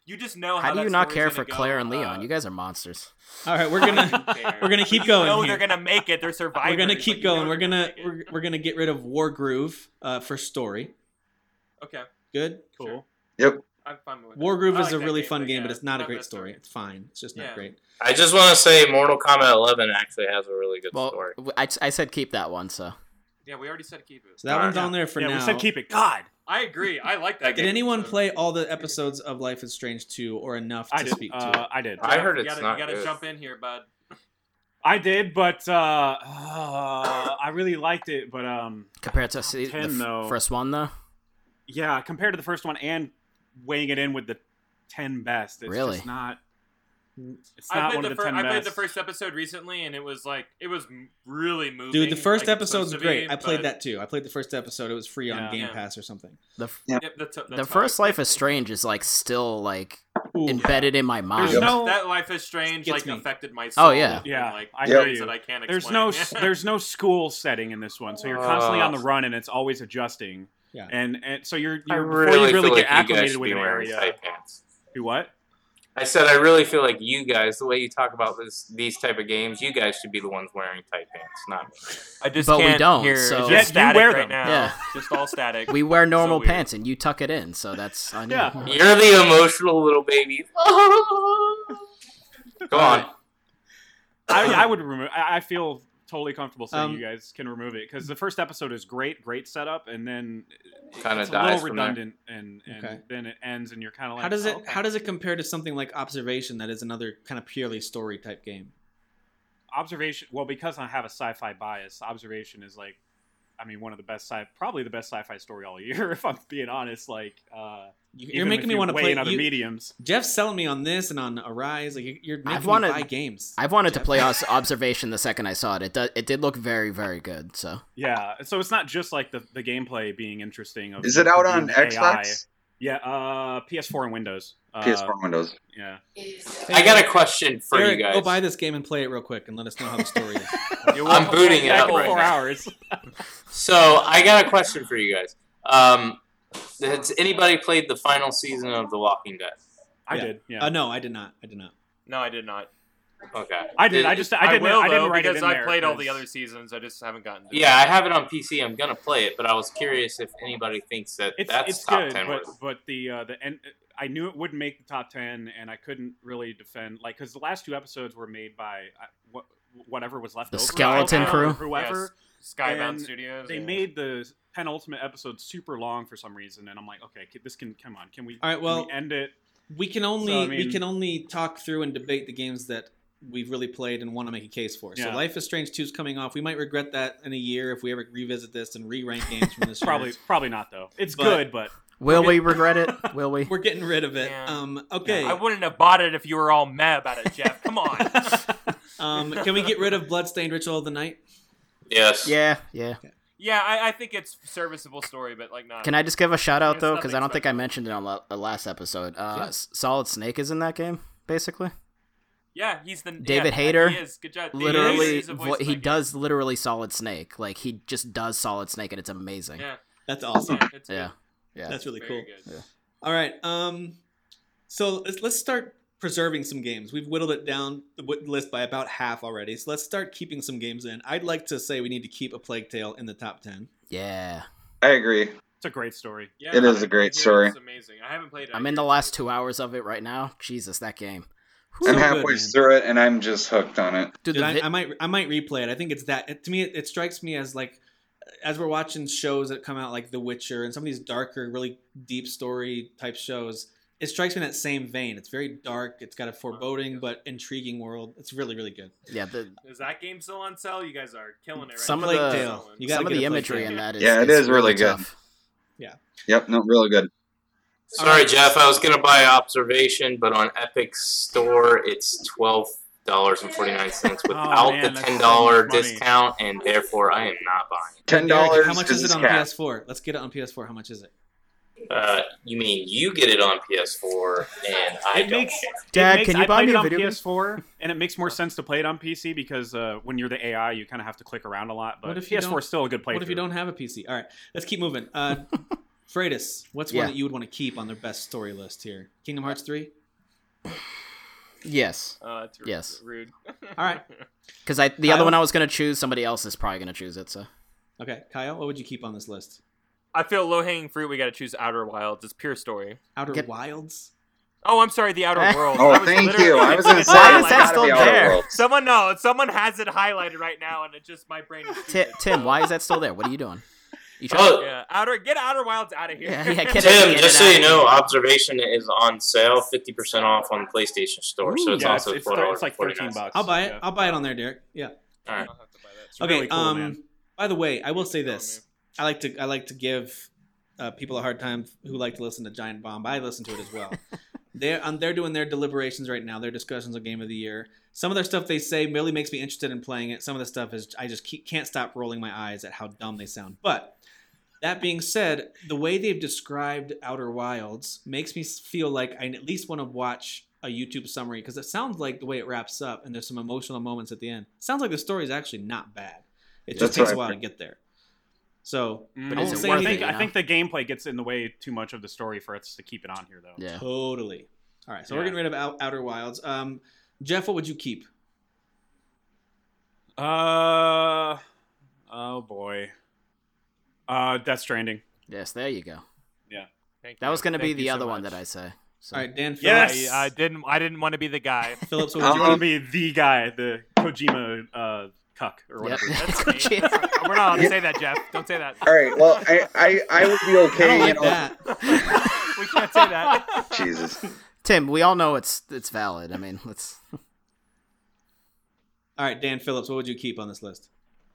you just know. How, How do that you not story's care gonna for go, Claire and uh, Leon? You guys are monsters. All right, we're gonna we're gonna keep you going. know here. they're gonna make it. They're survivors. we're gonna Like, keep you know going. We're they're gonna make it. we're, we're gonna get rid of War Groove uh, for story. okay. Good. Cool. Sure. Yep. I'm fine with War that. Groove I is like a that really game, fun game, yeah, but it's not a that great story. It's fine. It's just not Yeah. great. I just want to say Mortal Kombat 11 actually has a really good Well, story. w- I, I said keep that one, so. Yeah, we already said keep it. So that All one's right. on there for yeah, now. we said keep it. God, I agree. I like that game. Did anyone so- play all the episodes of Life is Strange 2 or enough to I did. speak to? Uh, I did. I heard you it's gotta, not You gotta good. jump in here, bud. I did, but uh, uh, I really liked it. But um, Compared to see, the 10 f- though. first one, though? yeah, compared to the first one, and weighing it in with the ten best, it's Really? just not. It's I not played one the, of the fir- ten I best. played the first episode recently, and it was like it was m- really moving. Dude, the first like it's episode's supposed to great. be, I played but- that too. I played the first episode. It was free on Yeah. Game Yeah. Pass or something. The, f- Yep, that's, that's the how I first played Life it. is Strange is, like, still, like, Ooh. embedded in my mind. There's Yep. no. that life is strange. Gets Like me. affected my soul. Oh, yeah. in, Yeah, like I ways hear you. that I can't There's explain. no s- there's no school setting in this one, so you're constantly on the run and it's always adjusting. Oh. Yeah. and and so you're I you're really, before you really feel get like you acclimated guys should with be an wearing area. tight pants. Do what? I said I really feel like you guys, the way you talk about this, these type of games, you guys should be the ones wearing tight pants, not me. I just But we can't don't, Hear, so- it's Yet just you static wear right them. now. Yeah. just all static. We wear normal weird. pants and you tuck it in, so that's on you. Yeah. You're the emotional little baby. Go on. I, I would remove. I I feel totally comfortable saying Um, you guys can remove it because the first episode is great, great setup, and then it- Kinda it's a dies little from there. redundant, and, and Okay. then it ends, and you're kind of like, How does "Oh, it okay." how does it compare to something like Observation that is another kind of purely story type game? observation? Well, because I have a sci-fi bias, observation is like, I mean, one of the best sci, probably the best sci-fi story all year, if I'm being honest. Like, uh, You, even you're making if me you want to weigh play in other you- mediums. Jeff's selling me on this and on Arise. Like you- you're making I've me wanted- buy games. I've wanted to Jeff. play Os- Observation the second I saw it. It, do- it did look very, very good, so. Yeah, so it's not just like the, the gameplay being interesting. Of, Is it out on the AI. Xbox? Yeah, uh, PS4 and Windows. Uh, PS4 Windows. Yeah. I got a question for Eric, you guys. Go buy this game and play it real quick and let us know how the story is. I'm booting it Back up in right four now. hours. So I got a question for you guys. Um, has anybody played the final season of The Walking Dead? I Yeah. did. Yeah, Uh, no, I did not. I did not. No, I did not. Okay. I did. I just I didn't. I, will, didn't though, write because it in I there, played all 'cause- the other seasons. I just haven't gotten. To it. Yeah, I have it on PC. I'm gonna play it, but I was curious if anybody thinks that It's that's it's top good, ten but worth. but the uh, the end. I knew it wouldn't make the top ten, and I couldn't really defend like because the last two episodes were made by uh, what whatever was left The over. Skeleton I don't know, Crew? whoever Skybound And Studios. they yeah. made the penultimate episode super long for some reason, and I'm like, okay, this can come on, can we? All right, can well- we end it. We can only So, I we mean- can only talk through and debate the games that we've really played and want to make a case for. So Yeah. Life is Strange 2 is coming off. We might regret that in a year if we ever revisit this and re-rank games from this year. Probably, probably not though. It's But- good, but Will we regret it? Will we? We're getting rid of it. Um, okay. I wouldn't have bought it if you were all mad about it, Jeff. Come on. Um, can we get rid of Bloodstained Ritual of the Night? Yes. Yeah, yeah. yeah, I, I think it's serviceable story, but like not. Can I just give a shout out It's though? nothing Because I don't think I special. mentioned it on la- the last episode. Uh, Yeah. S- Solid Snake is in that game, basically. Yeah, he's the David yeah, Hayter, He is. Good job. David Hayter literally, is the voice vo- of he that does literally Solid Snake. Like he just does Solid Snake, and it's amazing. game. Yeah, That's awesome. yeah, it's yeah, yeah. yeah. That's really cool. Very good. All right. Um, so let's, let's start preserving some games. We've whittled it down the wi- list by about half already. So let's start keeping some games in. I'd like to say we need to keep a Plague Tale in the top ten. yeah. I agree. it's a great story. Yeah, It is I- a great I hear story. It's amazing. I haven't played it. I'm in the last two hours of it right now. Jesus, that game. So I'm good, halfway man. through it, and I'm just hooked on it. Dude, Dude, the I, vi- I might I might replay it. I think it's that it- to me it, it strikes me as like as we're watching shows that come out like The Witcher and some of these darker, really deep story type shows. It strikes me in that same vein. It's very dark. It's got a foreboding but intriguing world. It's really really good. yeah, the, Is that game still on sale? You guys are killing it. Right Some now. of Plague the- Tale. You gotta some of get the a Plague imagery Tale. in that is Yeah, it is really good. tough. Yep, no, really good. Sorry, Jeff. I was gonna buy Observation, but on Epic Store it's twelve dollars and forty nine cents without Oh, man, the that's so ten much dollar money. discount, and therefore I am not buying. Ten Derek, dollars. How much is it on cap. PS4? Let's get it on PS4. How much is it? it. Uh, you mean you get it on PS4 and I It don't? makes Dad, it makes, can you I buy played me it a on video game? PS4, and it makes more sense to play it on PC because uh, when you're the AI, you kind of have to click around a lot. But What if you PS4 is still a good playthrough. What if you don't have a PC? All right, let's keep moving. Uh, Freitas, what's Yeah. one that you would want to keep on their best story list here? Kingdom Hearts 3? Yes, Uh, it's rude. Yes. Rude. All right. because I the other Kyle? one I was gonna choose, somebody else is probably gonna choose it. So Okay, Kyle, what would you keep on this list? I feel low hanging fruit. We got to choose Outer Wilds. It's pure story. Outer Get- Wilds? Oh, I'm sorry. The Eh. Outer Worlds. I Oh, was thank literally- you. I was It's gonna in say Why my is it's highlight. that gotta still be Outer there? Worlds. Someone no. Someone has it highlighted right now, and it just my brain. Is Tim, stupid. Tim, why is that still there? What are you doing? You trying? Oh, Yeah, outer get Outer Wilds out of here. Yeah, yeah, get it. Tim, Get just it so out you of know, here. Observation is on sale, fifty percent off on PlayStation Store. so it's yeah, also it's, four dollars it's like thirteen bucks. I'll buy it. Yeah. I'll buy it on there, Derek. Yeah. All right. I'll have to buy that. It's Okay. really cool, um, man. By the way, I will say Tell this. me. I like to I like to give uh, people a hard time who like to listen to Giant Bomb. I listen to it as well. they're um, they're doing their deliberations right now. Their discussions on Game of the Year. Some of their stuff they say really makes me interested in playing it. Some of the stuff is I just keep, can't stop rolling my eyes at how dumb they sound. But that being said, the way they've described Outer Wilds makes me feel like I at least want to watch a YouTube summary because it sounds like the way it wraps up and there's some emotional moments at the end. Sounds like the story is actually not bad. It just That's takes right. a while to get there. So, Mm, But I is won't it say worth anything. it, you I know? think the gameplay gets in the way too much of the story for us to keep it on here, though. Yeah. Totally. All right, so we're Yeah. getting rid of Out- Outer Wilds. Um, Jeff, what would you keep? Uh, oh boy. Uh, Death Stranding. Yes, there you go. Thank That you. was gonna be Thank you the so other one much. that I say. So. All right, Dan. Phillips. Yes! I, I didn't. I didn't want to be the guy. Phillips, what I would am you going Um, to be the guy, the Kojima uh, cuck or Yep. whatever. That's me. Jeez. We're not allowed to say that, Jeff. Don't say that. All right. Well, I I, I would be I don't okay. Oh, you like know, that. We can't say that. Jesus. Tim, we all know it's it's valid. I mean, let's. All right, Dan Phillips, what would you keep on this list?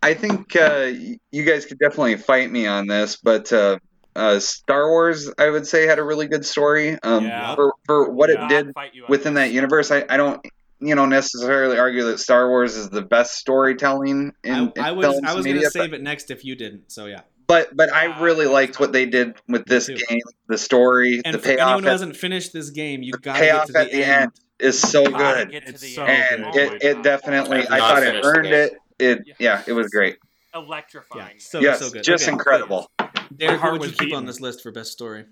I think uh, y- you guys could definitely fight me on this, but uh, uh, Star Wars, I would say, had a really good story. Um, Yeah. for, for what it I'll did fight you on within this. that universe, I, I don't, you know, necessarily argue that Star Wars is the best storytelling in, I, in I was films I was media, gonna save it next if you didn't. So yeah. but but I Yeah, really liked what they did with this too. game. The story, And the for anyone payoff who at, hasn't finished this game, you the gotta get payoff to the, at the end. end is so Gotta good, get to It's the so end. good. and Oh it, my it God. definitely, I Not thought it finished the earned game. it. It yeah, it was great. Yeah, electrifying. so yes, so good. just Okay, incredible. Derek, heart what would you was keep beating. on this list for best story?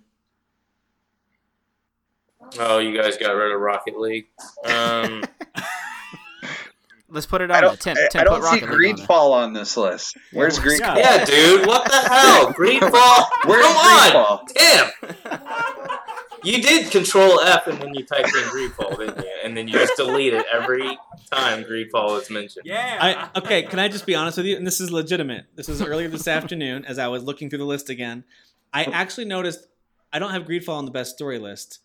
Oh, you guys got rid of Rocket League. Um, Let's put it I on there. don't, Tim, I- Tim, I put don't see Rocket League on there. Greedfall on this list. Where's Yeah. Greedfall? yeah, dude. What the hell? Greenfall. Where's Come on, Greedfall? Tim. You did Control F, and then you typed in Greedfall, didn't you? And then you just delete it every time Greedfall is mentioned. I, yeah. okay, can I just be honest with you? And this is legitimate. This is earlier this afternoon as I was looking through the list again. I actually noticed I don't have Greedfall on the best story list.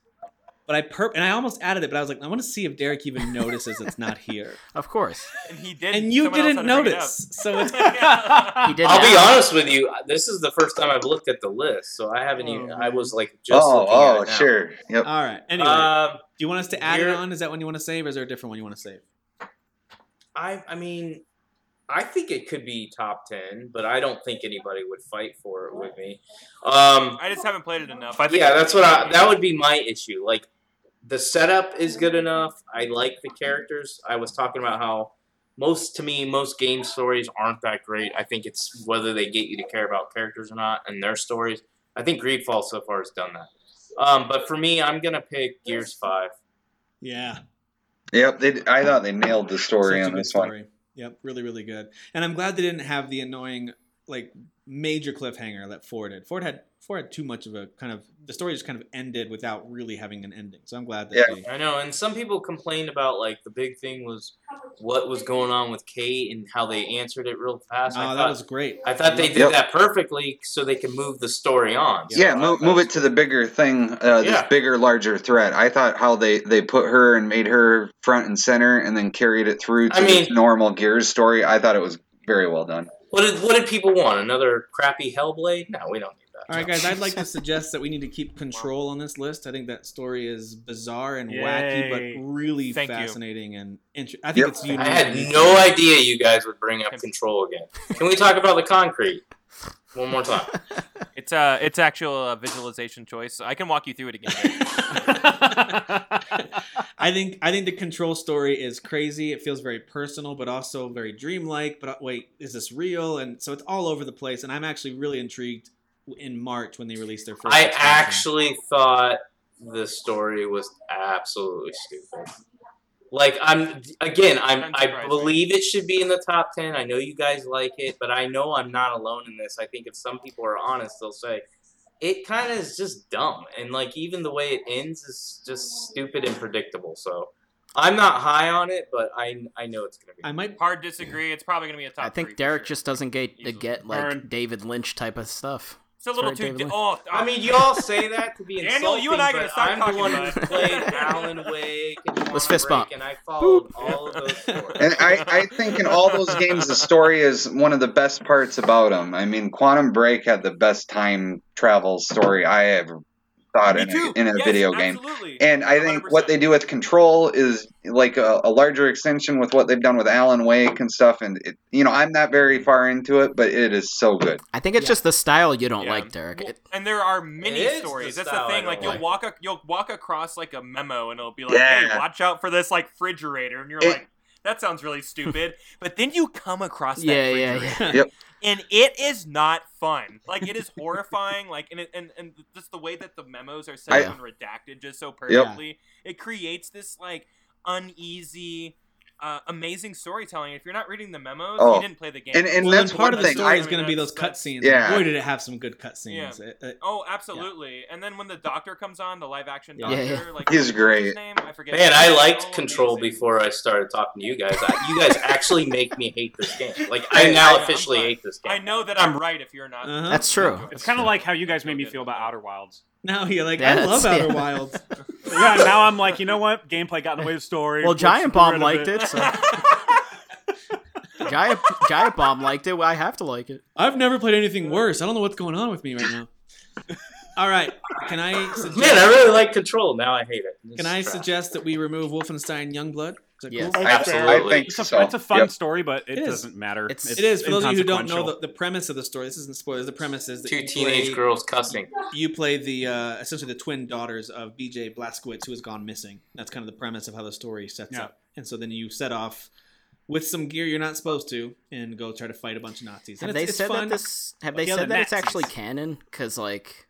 But I perp and I almost added it, but I was like, I want to see if Derek even notices it's not here. Of course. And he did. And you didn't notice, so it's he I'll be honest with you. This is the first time I've looked at the list, so I haven't even. I was like just. Oh, looking oh, at it now. sure. Yep. All right. Anyway, Uh, Um, do you want us to add it here- on? Is that one you want to save, or is there a different one you want to save? I I mean, I think it could be top ten, but I don't think anybody would fight for it with me. Um, I just haven't played it enough. I think yeah, that's what I. That would be my issue. Like, the setup is good enough. I like the characters. I was talking about how most to me most game stories aren't that great. I think it's whether they get you to care about characters or not and their stories. I think Greedfall so far has done that. Um, but for me, I'm gonna pick Gears Five. Yeah. Yep. They, I thought they nailed the story Such a on good this one. story. Yep, really, really good. And I'm glad they didn't have the annoying, like, major cliffhanger that Ford had. Ford had Ford had too much of a kind of the story just kind of ended without really having an ending. So I'm glad that Yeah. they, I know, and some people complained about like the big thing was what was going on with Kate and how they answered it real fast. I Oh, thought that was great. I thought they did Yep. that perfectly so they could move the story on. So Yeah, I move, thought move was it to the bigger thing, uh, this Yeah. bigger, larger threat. I thought how they, they put her and made her front and center and then carried it through to I this mean- normal Gears story. I thought it was very well done. What did what did people want? Another crappy Hellblade? No, we don't need that. All right, guys, I'd like to suggest that we need to keep control on this list. I think that story is bizarre and wacky, Yay. but really Thank you. fascinating and interesting. I think Yep. it's unique. I had no idea you guys would bring up Control again. Can we talk about the concrete one more time? It's uh, it's actual uh, visualization choice. I can walk you through it again. I think I think the control story is crazy. It feels very personal, but also very dreamlike. But uh, wait, is this real? And so it's all over the place. And I'm actually really intrigued in March when they release their first. I expansion. actually thought the story was absolutely stupid. Like I'm again, I'm Doesn't I surprise me. believe it should be in the top ten. I know you guys like it, but I know I'm not alone in this. I think if some people are honest, they'll say it kind of is just dumb, and like even the way it ends is just stupid and predictable. So I'm not high on it, but I I know it's gonna be. I might. Hard disagree. It's probably gonna be a top. I three think for Derek sure. just doesn't get Easily. get like Aaron. David Lynch type of stuff. It's a little Sorry, too. David Di- Lynn. oh, I mean, you all say that to be insulting. Daniel, you and I but gotta stop I'm talking the one who about it. played Alan Wake. And Let's Quantum fist Break, bump. And I followed all of those. stories. And I, I think in all those games, the story is one of the best parts about them. I mean, Quantum Break had the best time travel story I ever thought Me in too. a, in a Yes, video game. Absolutely. And I think what they do with Control is like a, a larger extension with what they've done with Alan Wake and stuff. And it, you know, I'm not very far into it, but it is so good. I think it's just the style you don't Yeah. like, Derek. Well, It- and there are many It is the stories. That's the style I thing. don't Like you'll like. walk, a, you'll walk across like a memo, and it'll be like, Yeah. "Hey, watch out for this like refrigerator," and you're It- like, "That sounds really stupid." but then you come across that yeah, yeah, refrigerator, yeah. and it is not fun. Like it is horrifying. Like and it, and and just the way that the memos are set I- up and redacted just so perfectly, it creates this like uneasy. Uh, amazing storytelling. If you're not reading the memos, Oh. you didn't play the game. And- and Well, that's and part one of the thing story I- is going to be those That's- cutscenes. Yeah. Boy, did it have some good cutscenes. Uh, It- it- Oh, absolutely. And then when the doctor comes on, the live action Yeah. doctor, Yeah, like He's what's his great. name? I forget. Man, I He's liked so Control amazing. before I started talking to you guys. I, you guys actually make me hate this game. Like I now I'm officially glad. hate this I game. know that I'm right if you're not. uh-huh. That's true. It's kind of like how you guys made me feel about Outer Wilds. now you're like, I That's- love Outer yeah. Wilds. Yeah, now I'm like, you know what? Gameplay got in the way of story. Well, Let's Giant get rid Bomb of liked it. so- Giant Giant Bomb liked it. Well, I have to like it. I've never played anything worse. I don't know what's going on with me right now. All right, can I suggest? Man, I really like Control. Now I hate it. This Can is I crap. suggest that we remove Wolfenstein Youngblood? Is that Yes. cool? I, I Absolutely. think It's a, so. it's a fun Yep. story, but it, It is. doesn't matter. It's- It is for those of you who don't know inconsequential. the, the premise of the story. This isn't spoilers. The premise is that two you teenage play, girls cussing. You play the uh, essentially the twin daughters of B.J. Blazkowicz, who has gone missing. That's kind of the premise of how the story sets Yeah. up. And so then you set off with some gear you're not supposed to, and go try to fight a bunch of Nazis. And Have it's, they it's said fun. that this? Have they Yeah, said the that it's Nazis. actually canon? Because like,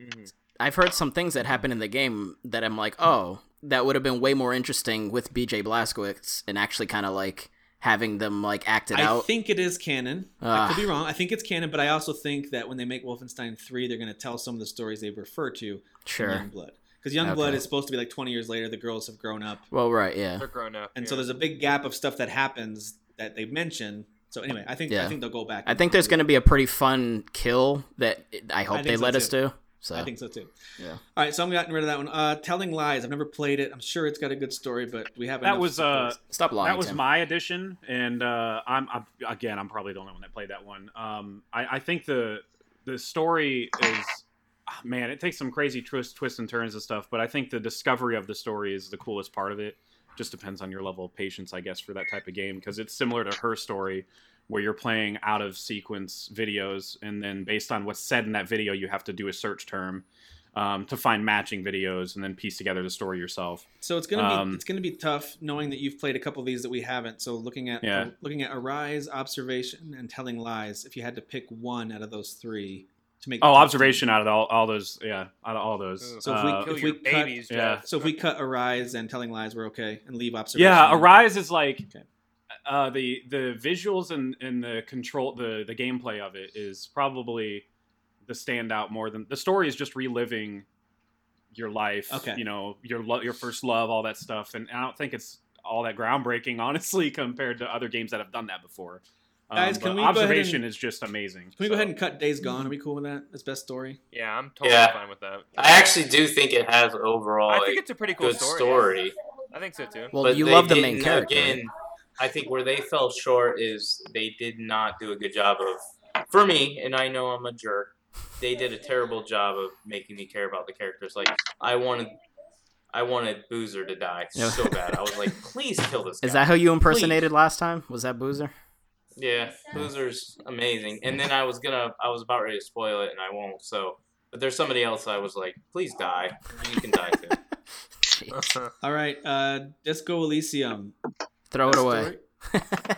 Mm-hmm. Mhm. I've heard some things that happen in the game that I'm like, oh, that would have been way more interesting with BJ Blazkowicz and actually kind of like having them like act it I out. think it is canon. I Ah. could be wrong. I think it's canon, but I also think that when they make Wolfenstein 3, they're going to tell some of the stories they refer to sure. in Youngblood. Because Youngblood Okay. is supposed to be like 20 years later. The girls have grown up. Well, right, yeah. They're grown up. And yeah. so there's a big gap of stuff that happens that they mention. So anyway, I think I Yeah. think they'll go back. I think there's going to be a pretty fun kill that I I hope think they so let us do. So I think so too. Yeah. All right, so I'm getting rid of that one. Uh, Telling Lies. I've never played it. I'm sure it's got a good story, but we haven't. that was uh Stop lying, that was Tim. my edition and uh I'm, I'm again i'm probably the only one that played that one um i i think the the story is ah, man it takes some crazy twists twists and turns and stuff but i think the discovery of the story is the coolest part of it just depends on your level of patience i guess for that type of game because it's similar to her story where you're playing out of sequence videos and then based on what's said in that video you have to do a search term um, to find matching videos and then piece together the story yourself So it's gonna Um, be it's gonna be tough knowing that you've played a couple of these that we haven't. So looking at uh, Yeah. looking at Arise, Observation, and Telling Lies. If you had to pick one out of those three to make the Oh, top ten. observation out of all, all those. Yeah, out of all those. So if we, Uh, Kill if we your cut, babies, Jeff. so if we cut Arise and Telling Lies, we're okay, and leave Observation. yeah, Arise is like Okay. uh, the the visuals and, and the control the the gameplay of it is probably the standout more than the story is just reliving your life. Okay. you know your lo- your first love, all that stuff, and I don't think it's all that groundbreaking, honestly, compared to other games that have done that before. Um, Guys, can but we go ahead observation and- is just amazing. Can we go so- ahead and cut Days Gone? Are we cool with that? That's best story. Yeah, I'm totally Yeah. fine with that. I actually do think it has overall I think a it's a pretty cool good story. story. I think so too. well, but you they love the main didn't- character. Again, I think where they fell short is they did not do a good job of, for me, and I know I'm a jerk. They did a terrible job of making me care about the characters. Like I wanted, I wanted Boozer to die Yeah. so bad. I was like, please kill this. Is guy. that who you impersonated last time? Was that Boozer? Yeah, Boozer's amazing. And then I was gonna, I was about ready to spoil it, and I won't. So, but there's somebody else. I was like, please die. You can die too. All right, uh, Disco Elysium. Throw it Best away. story?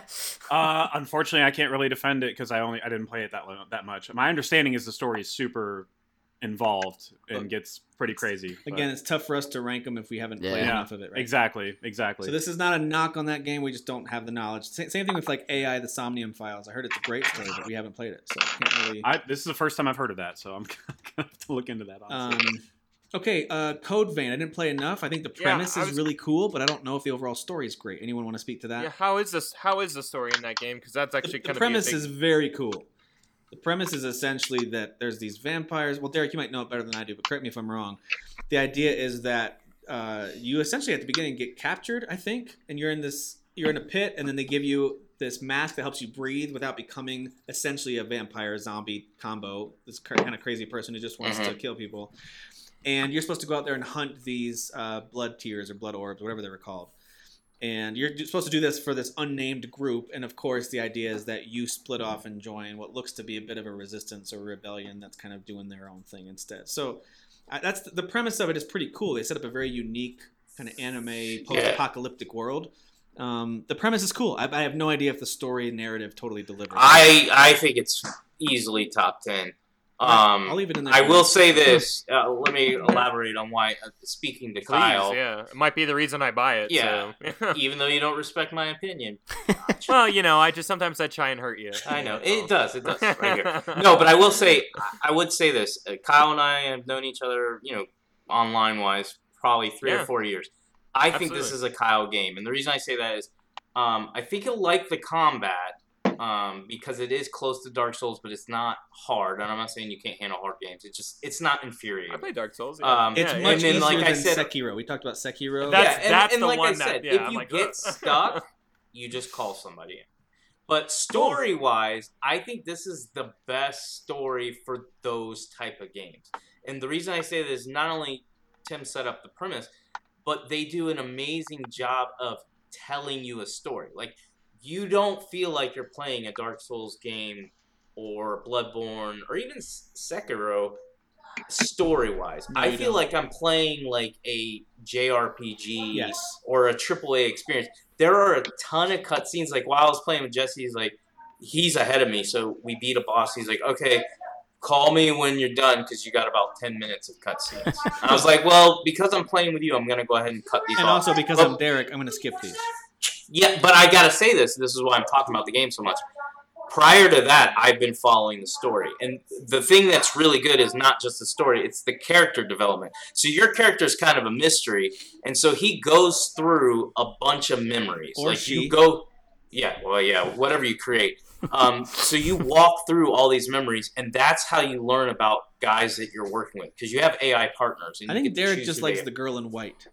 Uh, unfortunately, I can't really defend it because I only I didn't play it that lo- that much. My understanding is the story is super involved and gets pretty crazy. but- Again, it's tough for us to rank them if we haven't Yeah. played Yeah. enough of it. Right? exactly, exactly. So this is not a knock on that game. We just don't have the knowledge. Sa- same thing with like AI, the Somnium Files. I heard it's a great story, but we haven't played it, so I can't really. I, this is the first time I've heard of that, so I'm gonna have to look into that. Um, Honestly. okay, uh, Code Vein. I didn't play enough. I think the Yeah, premise I is was- really cool, but I don't know if the overall story is great. Anyone want to speak to that? Yeah, how is this? How is the story in that game? Because that's the, actually the kind of premise big, is very cool. The premise is essentially that there's these vampires. Well, Derek, you might know it better than I do, but correct me if I'm wrong. The idea is that uh, you essentially at the beginning get captured, I think, and you're in this you're in a pit, and then they give you this mask that helps you breathe without becoming essentially a vampire zombie combo. This kind of crazy person who just wants Mm-hmm. to kill people, and you're supposed to go out there and hunt these uh, blood tears or blood orbs, whatever they were called and you're supposed to do this for this unnamed group and of course the idea is that you split off and join what looks to be a bit of a resistance or rebellion that's kind of doing their own thing instead so I, that's the premise of it is pretty cool they set up a very unique kind of anime post-apocalyptic world um, the premise is cool I, I have no idea if the story and narrative totally delivers I I think it's easily top ten. Um, I'll leave it in there I will say this. Uh, let me elaborate on why. Uh, speaking to Please, Kyle, yeah, it might be the reason I buy it. Yeah. so. even though you don't respect my opinion, well, you know, I just sometimes I try and hurt you. I know That's all. it does. It does. Right here. No, but I will say I- I would say this. Uh, Kyle and I have known each other, you know, online wise, probably three Yeah. or four years. I think this Absolutely. is a Kyle game, and the reason I say that is, um, I think he'll like the combat um, because it is close to Dark Souls, but it's not hard. And I'm not saying you can't handle hard games. It just it's not infuriating. I play Dark Souls. Yeah. Um, it's yeah, much and then, easier like than I said, Sekiro we talked about Sekiro That's- yeah, and, and the like I one that- said, yeah, if I'm you like, get ugh. stuck, you just call somebody in. But story wise, I think this is the best story for those type of games. And the reason I say this is not only Tim set up the premise, but they do an amazing job of telling you a story. Like you don't feel like you're playing a Dark Souls game or Bloodborne or even S- Sekiro story wise. No, I you feel don't. like I'm playing like a JRPG yes or a AAA experience. There are a ton of cutscenes. Like while I was playing with Jesse, he's like, he's ahead of me, so we beat a boss. He's like, okay, call me when you're done because you got about ten minutes of cutscenes. I was like, well, because I'm playing with you, I'm gonna go ahead and cut these and off. also because I'm Derek I'm going to skip these Yeah, but I gotta say this. This is why I'm talking about the game so much. Prior to that, I've been following the story, and the thing that's really good is not just the story; it's the character development. So your character is kind of a mystery, and so he goes through a bunch of memories. Or like she. you go, yeah, well, yeah, whatever you create. Um, so you walk through all these memories, and that's how you learn about guys that you're working with because you have AI partners. And I you think get to Derek choose just who they likes the girl in white.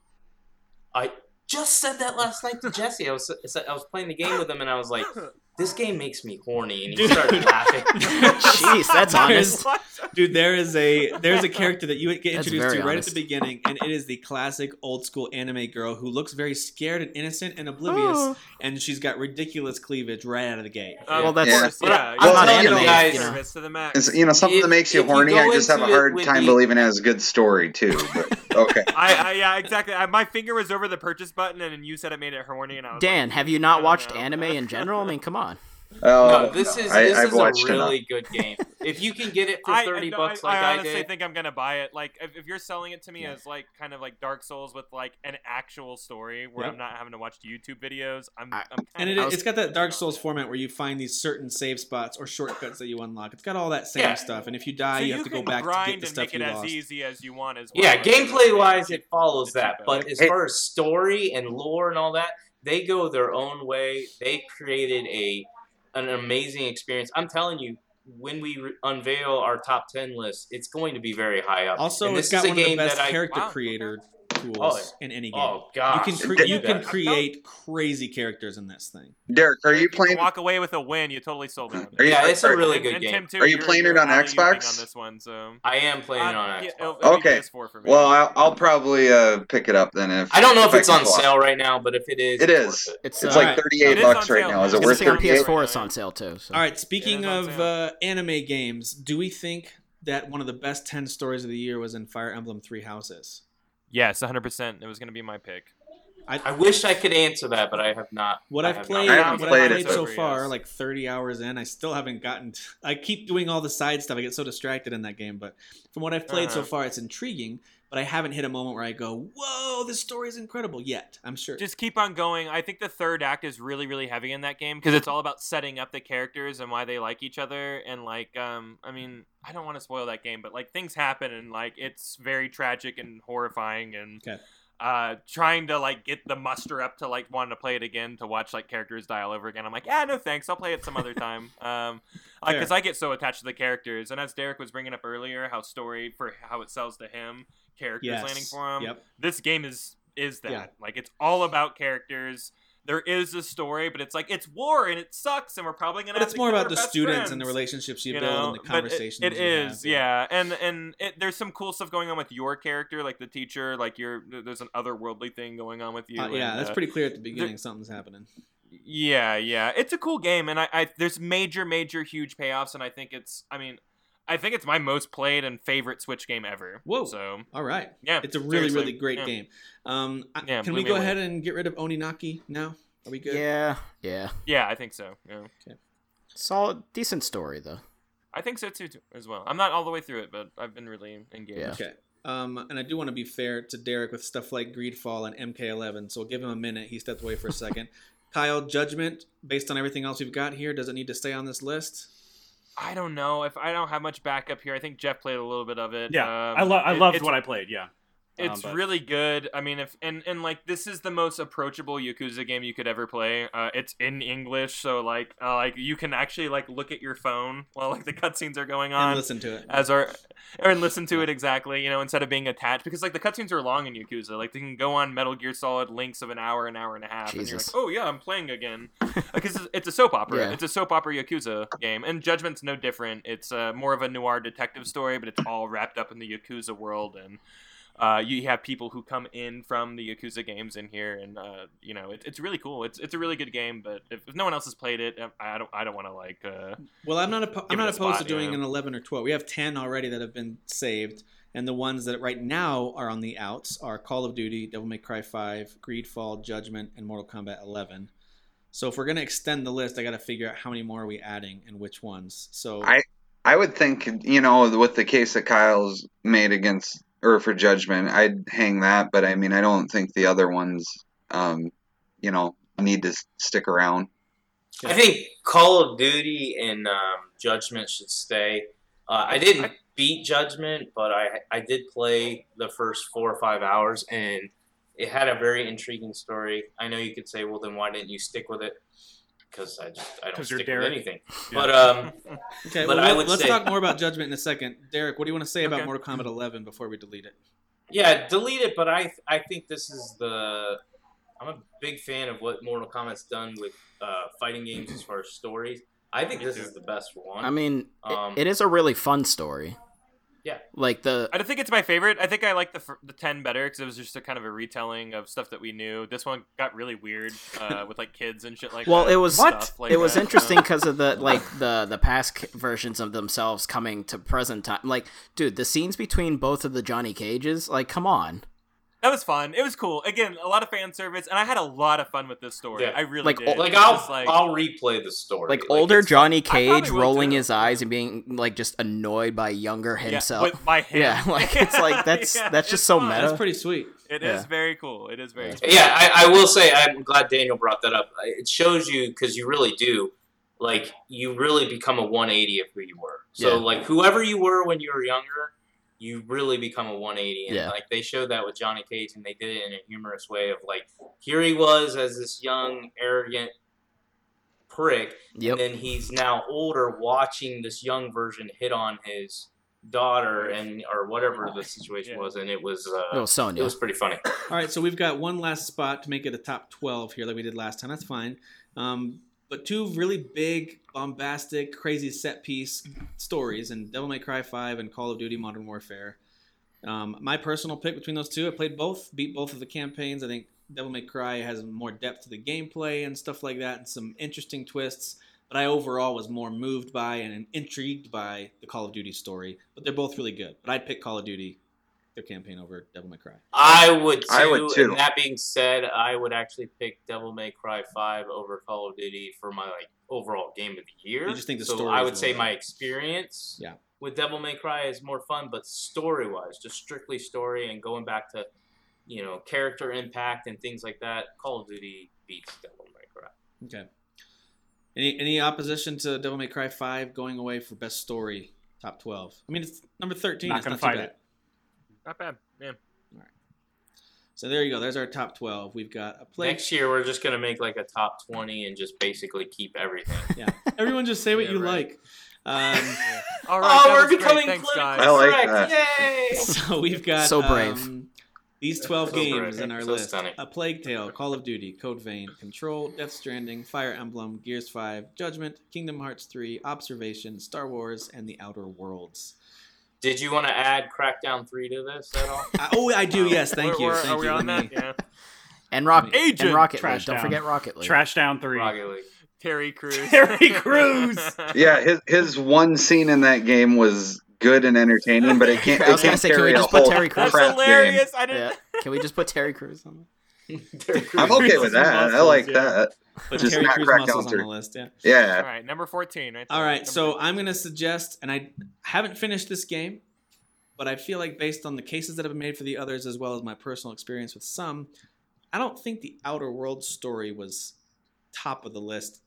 I just said that last night to Jesse. I was I was playing the game with him, and I was like, "This game makes me horny," and he started laughing. Jeez, that's honest. Dude, there is a there's a character that you get That's introduced to very right honest. at the beginning, and it is the classic old school anime girl who looks very scared and innocent and oblivious, Oh. and she's got ridiculous cleavage right out of the gate. Um, Well, that's- Boris, yeah. yeah, Well, you're I'm not anime, telling guys you know. service to the max. It's, you know, something If- that makes you if you horny. go I just have a into it hard with time the- believing it has a good story too. But okay, I, I yeah, exactly. I, my finger was over the purchase button, and you said it made it horny, and I was Dan, have you I not don't watched know. anime in general? I mean, come on. oh, no, this is I, this I've is watched a really enough. good game. If you can get it for like, thirty I, no, bucks, I, like I I, honestly did, think I'm gonna buy it. Like, if, if you're selling it to me as like kind of like Dark Souls with like an actual story where Yep. I'm not having to watch YouTube videos, I'm, I- I, am And it, it's got that Dark Souls format where you find these certain save spots or shortcuts that you unlock. It's got all that same Yeah. stuff, and if you die, so you have to can go back to grind get the and stuff make it you as lost. easy as you want as well. yeah, Like, gameplay it's- wise, it follows that. it's- But as Hey. far as story and lore and all that, they go their own way. They created a an amazing experience. I'm telling you. When we re- unveil our top ten list, it's going to be very high up. Also, And it's this got is a one of the game best that I character wow. creator tools Oh, in any game. Oh god! you can cre- did you can that. create crazy characters in this thing. Derek, are you can playing? Walk away with a win. You totally sold me. on Are it. you, Yeah, it's a are- really And- good and game. Tim, too, Are you you're- playing it you're on alley-ooping Xbox? On this one, so I am playing it on Uh, Xbox. yeah, it'll- it'll be Okay. PS4 for me. Well, I'll, I'll probably uh, pick it up then. If I don't know if I it's can on pull off. sale right now, but if it is, It it's is. worth it. It's, It's uh, like It thirty-eight is bucks on right sale now. Is I now. it was gonna worth say on thirty thirty-eight? bucks. PS4 it's on sale too. So. All right, speaking is on of sale. uh, anime games, do we think that one of the best 10 stories of the year was in Fire Emblem Three Houses? Yes, 100. percent It was gonna be my pick. I wish I could answer that, but I have not. What I I've have not. played, I haven't what played I've it. played so Over, far, yes. like 30 hours in, I still haven't gotten. t- I keep doing all the side stuff. I get so distracted in that game, but from what I've played so Uh-huh. far, it's intriguing. But I haven't hit a moment where I go, "Whoa, this story is incredible!" Yet, I'm sure. Just keep on going. I think the third act is really, really heavy in that game because it's all about setting up the characters and why they like each other. And like, um, I mean, I don't want to spoil that game, but like things happen and like it's very tragic and horrifying and. Okay. Uh, trying to like get the muster up to like wanting to play it again to watch like characters die all over again. I'm like, yeah, no thanks. I'll play it some other time. Um, Fair. because I get so attached to the characters, and as Derek was bringing up earlier, how story for how it sells to him, characters Yes. landing for him Yep. this game is is that Yeah. like it's all about characters there is a story but it's like it's war and it sucks and we're probably gonna But have it's to more kill about our the best students friends, and the relationships you, you build know and the But it- conversations. it you have, is yeah. and and it, there's some cool stuff going on with your character like the teacher like you're there's an otherworldly thing going on with you Uh, yeah, and, that's uh, pretty clear at the beginning. something's happening. yeah, yeah. It's a cool game, and I, I there's major, major, huge payoffs, and I think it's. I mean, I think it's my most played and favorite Switch game ever. Whoa. So All right, yeah, it's a really, seriously, really great yeah. game. Um, I- Yeah, blew can we me go away. ahead and get rid of Oninaki now? Are we good? Yeah, yeah. Yeah, I think so. Yeah. Solid, decent story though. I think so too, too as well. I'm not all the way through it, but I've been really engaged. Yeah. Okay. Um, and I do want to be fair to Derek with stuff like Greedfall and MK11, so we'll give him a minute. He stepped away for a second. Kyle, judgment based on everything else we've got here, does it need to stay on this list? I don't know if I don't have much backup here. I think Jeff played a little bit of it. Yeah, um, I love I it- loved it's- what I played. Yeah, Um, It's but- really good. I mean, if and and like this is the most approachable Yakuza game you could ever play. Uh, it's in English, so like uh, like you can actually like look at your phone while like the cutscenes are going on. And listen to it. as our or listen to it exactly, you know, instead of being attached because like the cutscenes are long in Yakuza, like they can go on Metal Gear Solid links of an hour, an hour and a half, Jesus. and you're like, oh yeah, I'm playing again because it's, it's a soap opera, Yeah. it's a soap opera Yakuza game, and Judgment's no different. It's uh, more of a noir detective story, but it's all wrapped up in the Yakuza world and. Uh, you have people who come in from the Yakuza games in here, and uh, you know it, it's really cool. It's it's a really good game, but if, if no one else has played it, I I don't I don't want to like uh, Well, I'm not oppo- I'm Give it not a opposed spot, to doing yeah. an 11 or 12. We have 10 already that have been saved, and the ones that right now are on the outs are Call of Duty, Devil May Cry 5, Greedfall, Judgment, and Mortal Kombat 11. So if we're gonna extend the list, I got to figure out how many more are we adding and which ones. So I would think, you know, with the case that Kyle's made against or for judgment, I'd hang that. But I mean, I don't think the other ones, um, you know, need to s- stick around. I think Call of Duty and um, Judgment should stay. Uh, I didn't beat Judgment, but I I did play the first four or five hours, and it had a very intriguing story. I know you could say, well, then why didn't you stick with it? because I just I don't 'Cause you're stick Derek. with anything. Yeah. But um, Okay, but well, I let- would let's say talk more about Judgment in a second. Derek, what do you want to say about Okay. Mortal Kombat 11 before we delete it? yeah, delete it. But I I think this is the I'm a big fan of what Mortal Kombat's done with uh, fighting games as far as stories. I think this is the best one. I mean, it- Um, it is a really fun story. Yeah. Like the I don't think it's my favorite. I think I like the fir- the ten better because it was just a kind of a retelling of stuff that we knew. This one got really weird uh, with like kids and shit like well, that. it was Stuff like it was that, interesting um, because of the like the the past c- versions of themselves coming to present time. Like, dude, the scenes between both of the Johnny Cages, like, come on, that was fun. It was cool. Again, a lot of fan service, and I had a lot of fun with this story. Yeah. I really Like, did. like It's I'll just like- I'll replay the story. like, older Johnny Cage probably would, rolling too. his eyes and being like just annoyed by younger himself. with- by him. Yeah, like it's like that's Yeah, that's just it's so fun. meta. That's pretty sweet. It is Yeah. very cool. It is very. Cool. Yeah, I, I will say I'm glad Daniel brought that up. It shows you because you really do, like you really become a 180 of who you were. So Yeah. like whoever you were when you were younger, you really become a 180. And Yeah. like they showed that with Johnny Cage, and they did it in a humorous way of like here he was as this young arrogant prick, Yep. and then he's now older watching this young version hit on his daughter and or whatever the situation was, and it was uh, Little Sonya. It was pretty funny. All right, so we've got one last spot to make it a top 12 here, like we did last time. That's fine. Um, but two really big, bombastic, crazy set piece stories in Devil May Cry 5 and Call of Duty Modern Warfare. Um, my personal pick between those two, I played both, beat both of the campaigns. I think Devil May Cry has more depth to the gameplay and stuff like that, and some interesting twists. But I overall was more moved by and intrigued by the Call of Duty story. But they're both really good. But I'd pick Call of Duty, their campaign over Devil May Cry. I would too. I would too. And that being said, I would actually pick Devil May Cry Five over Call of Duty for my like overall game of the year. You just think the so story I is would say really- my experience Yeah. with Devil May Cry is more fun, but story wise, just strictly story and going back to you know character impact and things like that, Call of Duty beats Devil May Cry. Okay. Any any opposition to Devil May Cry Five going away for best story top twelve? I mean, it's number thirteen. Not it's gonna not fight too bad. it. Not bad. Yeah. So there you go. There's our top twelve. We've got a play. Next year, we're just gonna make like a top twenty and just basically keep everything. yeah. Everyone just say what Yeah, you right. like. Um, All right. that oh, was we're great. becoming Thanks, politically guys. I like correct! Yay! so we've got So brave. um, these twelve So games brave. in our So list: stunning. A Plague Tale, Call of Duty, Code Vein, Control, Death Stranding, Fire Emblem, Gears Five, Judgment, Kingdom Hearts Three, Observation, Star Wars, and The Outer Worlds. Did you want to add Crackdown Three to this at all? I, oh, I do. Um, Yes, thank We're- you. we're- Thank are you. we Let on me- that? Yeah. and Rock and Agent Rocket League. Trash Don't Down. forget Rocket League. Trash Down Three. Rocket League. Terry Crews. Terry Crews! Yeah, his his one scene in that game was good and entertaining, but it can't. I It was gonna can't say, can we carry a just put whole Terry crap Crews- That's game. hilarious. I didn't. Yeah. Can we just put Terry Crews on? I'm okay with that. I like that. Put Just Terry not Crews crack muscles on down the through. list. Yeah. All Yeah. right, number fourteen, right? All there. right, Number so 14. I'm going to suggest, and I haven't finished this game, but I feel like based on the cases that have been made for the others, as well as my personal experience with some, I don't think the Outer World story was top of the list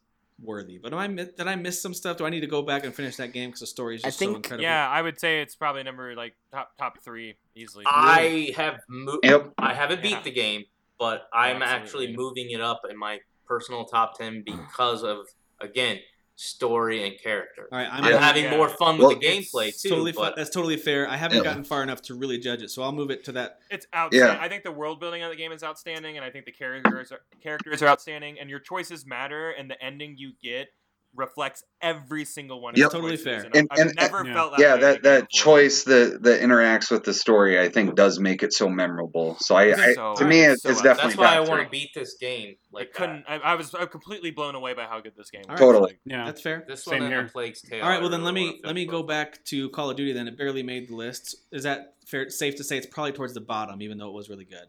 worthy. But am I mi- did I miss some stuff? Do I need to go back and finish that game because the story is I just so think- incredible? yeah, I would say it's probably number like top top three easily. Uh, I have mo- Yep. I haven't beat Yeah. the game, but I'm Absolutely. actually moving it up in my personal top ten because of again story and character. All right, I'm I'm gonna- having Yeah. more fun with Well, the gameplay too. totally fa- but that's totally fair. I haven't Yeah. gotten far enough to really judge it, so I'll move it to that. It's outstanding. Yeah. I think the world building of the game is outstanding, and I think the characters are, characters are outstanding, and your choices matter, and the ending you get reflects every single one. of Yep. your Totally choices, fair. I- And- I've and- never Yeah. felt that. Yeah, way in a that, that game before. choice that, that interacts with the story, I think, does make it so memorable. So I, I So- to me, it's, so it's that's definitely that's why I top want three. to beat this I game. Like that. couldn't. I, I was uh, completely blown away by how good this game. All was. right. Totally. Yeah. That's fair. This Same one and here. the Plague's Tale. All right, I well then really let wanna me finish let me go both. back to Call of Duty. Then it barely made the list. Is that fair? Safe to say it's probably towards the bottom, even though it was really good.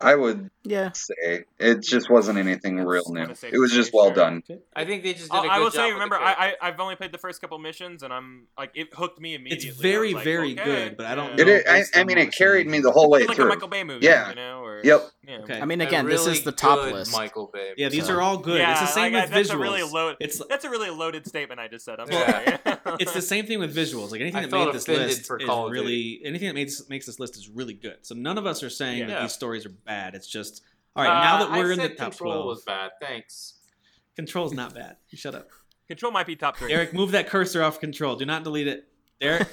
I would Yeah. say it just wasn't anything That's real kinda new. safe It was to just say, well sure. done. I think they just did a I good I will job say, with the remember, character. I, I I've only played the first couple missions, and I'm like it hooked me It's immediately. very, I was like, very okay, good, but I don't yeah. know. It, is- based I, I on mean, what it we're carried saying. me the whole way like a through. Michael Bay movie. Yeah. You know, or Yep. Yeah. Okay. I mean, A again, this really is the top good list. Michael Bay. yeah, these So- are all good. it's Yeah, the same like, with that's visuals. a really loaded. It's That's a really loaded statement I just said. I'm Yeah. sorry. it's the same thing with visuals. Like anything I that felt made this offended list for is Call of Duty. really anything that makes makes this list is really good. So none of us are saying that Yeah. these stories are bad. It's just all right. now Uh, that we're I in the said top Control twelve, was bad. Thanks. Control's not bad. You shut up. Control might be top three. Eric, move that cursor off control. Do not delete it. Derek,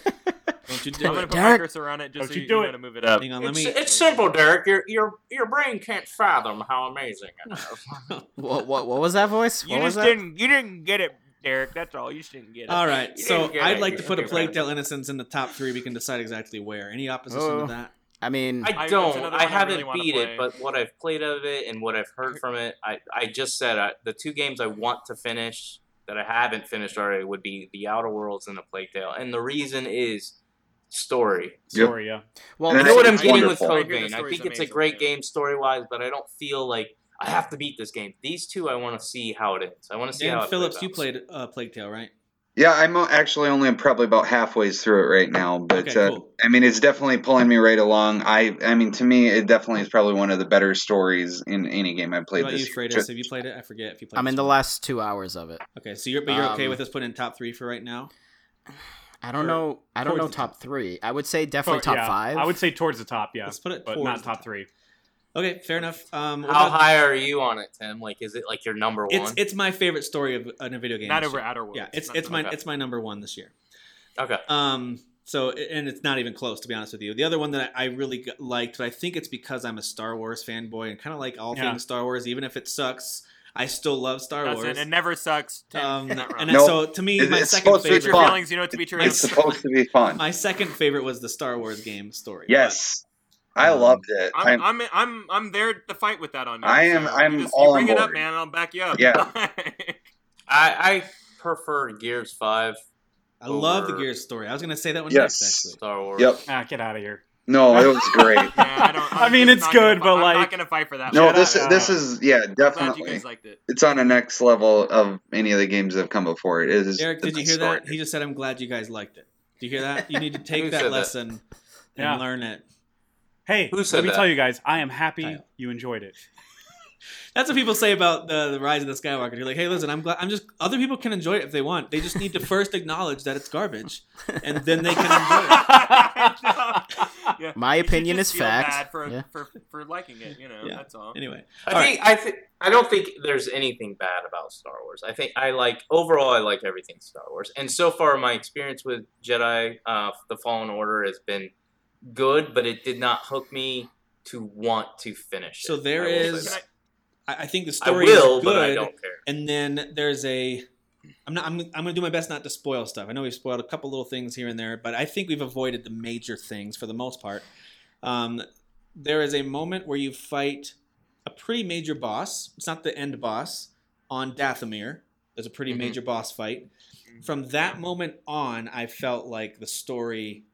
don't you do I'm it. gonna put my cursor on it just so you, you know how to move it up. Hang on, let it's, me. it's simple, Derek. Your your your brain can't fathom how amazing it is. What, what, what was that voice? You what was just that? didn't. You didn't get it, Derek. That's all. You just didn't get it. All right, You so didn't get I'd it. like to put a Okay, Plague right. Tale Innocence in the top three. We can decide exactly where. Any opposition Oh. to that? I mean, I- I it's don't. another I, one I haven't really wanna beat play. it, but what I've played of it and what I've heard from it, I, I just said I, the two games I want to finish that I haven't finished already would be The Outer Worlds and The Plague Tale. And the reason is story. Yep. Sorry, yeah. well, And You I know what I'm think it's getting with wonderful. I hear the Codename. I story's think it's a amazing, great yeah. game story wise, but I don't feel like I have to beat this game. These two, I want to see how it is. I want to see how Dan it Phillips, plays you out. played uh, Plague Tale, right? Yeah, I'm o- actually only probably about halfway through it right now, but Okay, uh, cool. I mean, it's definitely pulling me right along. I, I mean, to me, it definitely is probably one of the better stories in any game I've What played about this you, year. Freitas? Have you played it? I forget if you played. I'm in this the one. last two hours of it. Okay, so you're but you're okay Um, with us putting in top three for right now. I don't Or know. I don't towards know the top three. I would say definitely Tor- top Oh, yeah, five. I would say towards the top, yeah, Let's put it but towards not the top top. three. Okay, fair enough. Um, what How about- high are you on it, Tim? Like, is it like your number one? It's it's my favorite story of in a video game. Not this over year. Outer Worlds. Yeah, it's Not- it's my okay. it's my number one this year. okay. Um, so and it's not even close to be honest with you. The other one that I really g- liked, but I think it's because I'm a Star Wars fanboy and kind of like all Yeah. things Star Wars, even if it sucks, I still love Star Doesn't- Wars. It never sucks. Tim. Um, You're not wrong. and No. so to me, It- my it's second supposed to be Hurt it's favorite, your fun. feelings. You know what to be true. It's supposed to be fun. my second favorite was the Star Wars game story. Yes, I loved it. I'm, I'm, I'm I'm I'm there to fight with that on you. I am- so I'm you just, all you bring on it up, board. man. I'll back you up. Yeah. I, I prefer Gears 5 I love the Over- Gears story. I was gonna say that one Yes. next, actually. Star Wars. yep. Ah, get out of here. No, it was great. Yeah, I, don't, I'm I mean, just it's not gonna good, fi- but, I'm like- not gonna fight for that. No, one. this up. this is yeah, I'm glad you definitely. guys liked it. It's on a next level of any of the games that have come before it. It is. Eric, the did you best hear that? story. He just said, "I'm glad you guys liked it." Do you hear that? You need to Who take said that that? lesson and Yeah. learn it. Hey, Who said let me that? tell you guys, I am happy Kyle. you enjoyed it. That's what people say about the, the rise of the Skywalker. You're like, hey, listen, I'm glad. I'm just other people can enjoy it if they want. They just need to first acknowledge that it's garbage, and then they can enjoy it. Yeah. My You should opinion just is feel fact. Bad for, Yeah. for, for liking it, you know. Yeah. That's all. Anyway, I All think I think I don't think there's anything bad about Star Wars. I think I like overall I like everything Star Wars. And so far my experience with Jedi uh, the Fallen Order has been good, but it did not hook me to want to finish it. So there I will say is- that. I, I think the I story will, is but I good, don't care. and then there's a. I'm not. I'm, I'm going to do my best not to spoil stuff. I know we've spoiled a couple little things here and there, but I think we've avoided the major things for the most part. Um, there is a moment where you fight a pretty major boss. It's not the end boss on Dathomir. There's a pretty Mhm. major boss fight. From that moment on, I felt like the story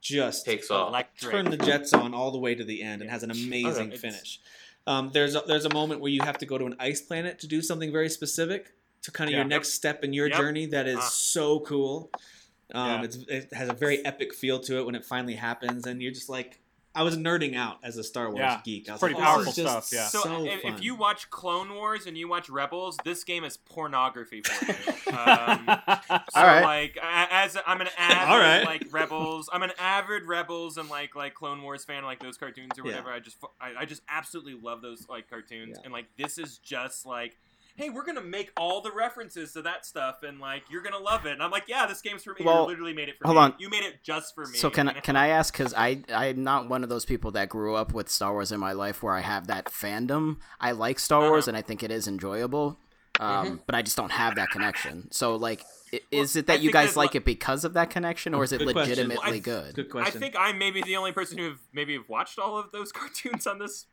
just Takes off. Like turn the jets on all the way to the end and has an amazing Okay. finish. Um, there's a, there's a moment where you have to go to an ice planet to do something very specific to kind of Yeah. your next step in your Yep. journey. That is Uh. so cool. Um, Yeah. it's, it has a very epic feel to it when it finally happens, and you're just like, I was nerding out as a Star Wars Yeah. geek. I was Pretty like, "Oh, this is powerful just stuff, yeah. So, So, if, fun. if you watch Clone Wars and you watch Rebels, this game is pornography for you. um, so All right. like a- as I'm an avid All right. like Rebels, I'm an avid Rebels and like like Clone Wars fan, like those cartoons or Yeah. whatever. I just fu- I, I just absolutely love those like cartoons Yeah. and like this is just like. Hey, we're gonna make all the references to that stuff, and like you're gonna love it. And I'm like, yeah, this game's for me. Well, you literally made it for hold me. on. You made it just for me. So can you I, know? can I ask? Because I I'm not one of those people that grew up with Star Wars in my life where I have that fandom. I like Star Wars Uh-huh. and I think it is enjoyable, um, but I just don't have that connection. So like, i is it that I you think guys I'd like li- it because of that connection, or is it Good question. legitimately Well, I- good? Good I question. think I may be the only person who have maybe have watched all of those cartoons on this.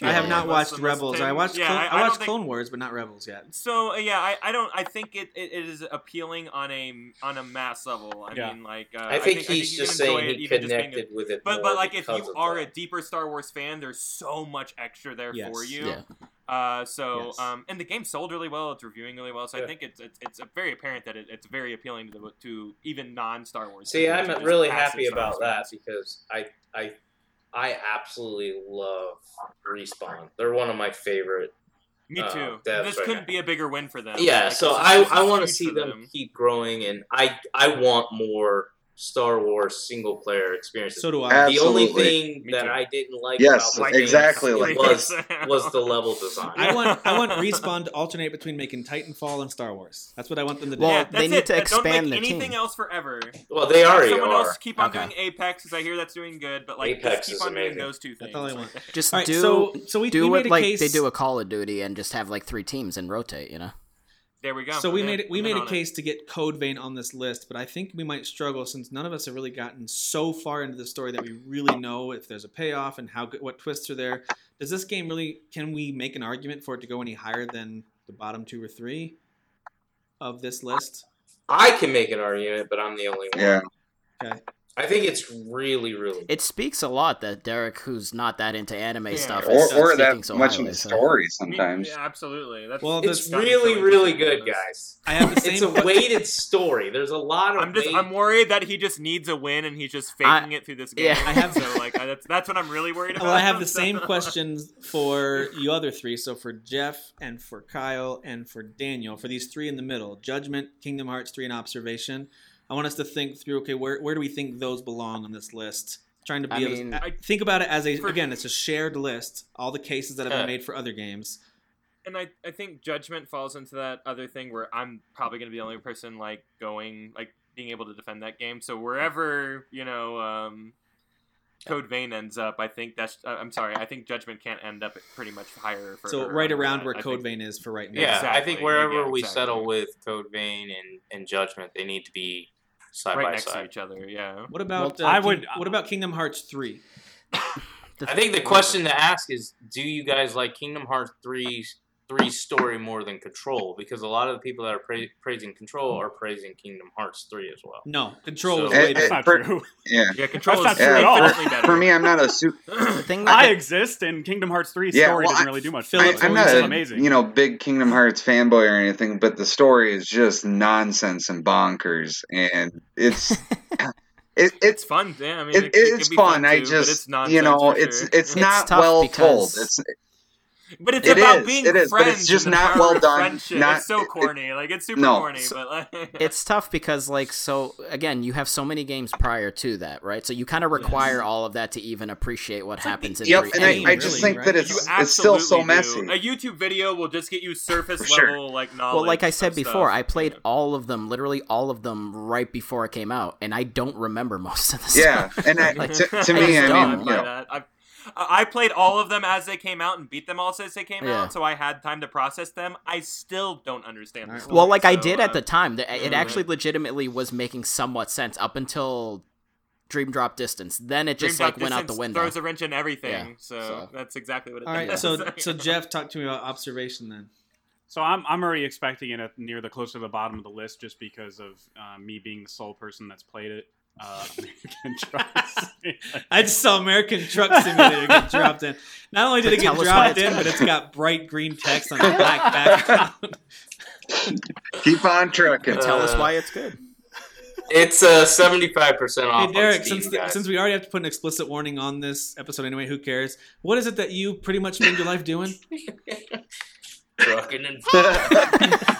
I have not Unless- watched unless Rebels. Tim- I watched Yeah, Clone, I, I, I don't watched think- Clone Wars, but not Rebels yet. So uh, yeah, I, I don't. I think it, it, it is appealing on a on a mass level. I Yeah. mean, like uh, I think I he's you just can enjoy saying it he even just being a- connected with it. But more but like if because you of are that. a deeper Star Wars fan, there's so much extra there Yes. for you. Yeah. Uh, so Yes. um, and the game sold really well. It's reviewing really well. So I Yeah. think it's it's, it's very apparent that it, it's very appealing to the, to even non Star Wars. See, fans, I'm just really passive happy Star Wars about that fans. because I I I absolutely love Respawn. They're one of my favorite. Me Uh, too. that's this right. couldn't be a bigger win for them. Yeah, Like, so this is- I this is I want to huge see for them keep growing, and I I want more Star Wars single player experiences. So do I. The only Absolutely. thing Me that too. I didn't like Yes, about the game exactly like was that. was the level design. I want I want Respawn to alternate between making Titanfall and Star Wars. That's what I want them to do. Well, Yeah, That's it. Uh, don't make anything else forever. Well, they already Someone are. else keep on Okay. doing Apex because I hear that's doing good, but like just Apex keep is on amazing. doing those two things. all I want. Just All right, do so- so we- do we what made a like case- they do a Call of Duty and just have like three teams and rotate. You know. There we go. So we I'm made in. it, we I'm made in a on it. case to get Code Vein on this list, but I think we might struggle since none of us have really gotten so far into the story that we really know if there's a payoff and how good, what twists are there. Does this game really? Can we make an argument for it to go any higher than the bottom two or three of this list? I can make an argument, but I'm the only one. Yeah. Okay. I think it's really, really. It speaks a lot that Derek, who's not that into anime stuff, Or- is or speaking that so much highly, into so- story sometimes. Yeah, absolutely. That's Well, it's that's- really, really good, guys. I have the It's same. a weighted story. There's a lot of. I'm just weight- I'm worried that he just needs a win and he's just faking I- it through this game. yeah. I have- so like I, that's that's what I'm really worried about. Well, I have the same questions for you other three. So for Jeff and for Kyle and for Daniel, for these three in the middle, Judgment, Kingdom Hearts 3, and Observation. I want us to think through. Okay, where where do we think those belong on this list? Trying to be I able to- mean- I- think about it as a again, it's a shared list. All the cases that have Yeah. been made for other games. and I, I think judgment falls into that other thing where I'm probably gonna be the only person like going like being able to defend that game. So wherever you know um, Code Vein ends up, I think that's uh, I'm sorry, I think judgment can't end up at pretty much higher. For, So or right under around that. where I Code think- Vein is for right now. Yeah, I Exactly. think wherever Yeah, we exactly. settle with Code Vein and, and Judgment, they need to be side right by next to side. each other. Yeah. What about Well, uh, I King- would- what about Kingdom Hearts 3? I think the question to ask is, do you guys like Kingdom Hearts 3 three story more than Control? Because a lot of the people that are pra- praising Control are praising Kingdom Hearts three as well. No, Control So- Eh, is It- way it- better. not Uh, for- true. Yeah. Yeah, control That's is not true at all. definitely better. For me, I'm not a super. The thing that I exist, and Kingdom Hearts 3's Yeah, story well, didn't I- really do much. Philip, for me. I, Philip's It I'm was not always a amazing. you know big Kingdom Hearts fanboy or anything, but the story is just nonsense and bonkers, and it's it, It's it's fun. Yeah, I mean, it, it, it it's could be fun. Too, I but just it's nonsense you know for it's sure. it's It's not tough well told. because- It's But it's It about is, being it is, but friends. it's just and the not power well of done, friendship. not- it's so it- corny. like it's super no, corny, so- but like, it's tough because like so again you have so many games prior to that right so you kind of require all of that to even appreciate what happens in yep, three and I, anyway. I just really, think right? that You it's it's still so messy. absolutely do. A YouTube video will just get you surface For sure. level like knowledge. well like i of said stuff. before i played all of them literally all of them right before it came out and i don't remember most of the Yeah, stuff. and I, Like, Eh, to, to I me, just I don't mean, you by know, that. I, I played all of them as they came out and beat them all as they came Yeah. out, so I had time to process them. I still don't understand. the Alright, story, well like i so, did uh, at the time Th- it yeah. actually legitimately was making somewhat sense up until dream drop distance then it just Dream like Drop went out the Distance window Throws a wrench in everything. Yeah, so, so. that's exactly what it All right, is. so so Jeff, talk to me about observation then. So I'm I'm already expecting it at near the closer to the bottom of the list just because of uh, me being the sole person that's played it. Uh, American Trucks. I just saw American Truck Simulator get dropped in. Not only did But it get tell us why dropped it's in, but it's got bright green text on the black background. keep on trucking. tell us Uh, why it's good It's uh seventy five percent off. hey Derek, on Steam, since the, guys. since we already have to put an explicit warning on this episode anyway, who cares? What is it that you pretty much spend your life doing? trucking and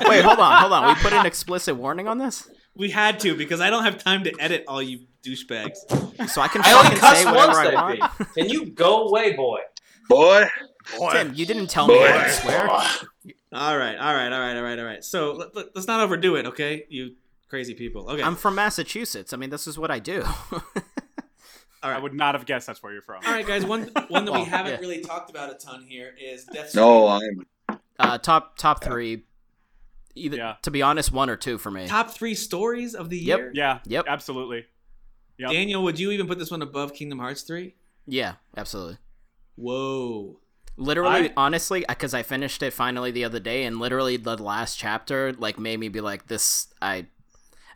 wait hold on hold on we put an explicit warning on this We had to because I don't have time to edit all you douchebags. so i can I only fucking cuss say once whatever i that want big. Can you go away, boy? Boy, Tim, you didn't tell me Boy. I swear. All right, all right, all right, all right, all right. So let, let, let's not overdo it, okay? You crazy people. Okay, I'm from Massachusetts. I mean, this is what I do. I would not have guessed that's where you're from. all right, guys. One one that we Well, haven't yeah. really talked about a ton here is Death. no, Stranding. I'm uh, top top three. Either Yeah. to be honest, one or two for me. top three stories of the Yep. year. Yeah. Yep. Absolutely. Yep. Daniel, would you even put this one above Kingdom Hearts 3? Yeah, absolutely. Whoa. Literally, I- honestly, because I finished it finally the other day, and literally the last chapter like made me be like, this. I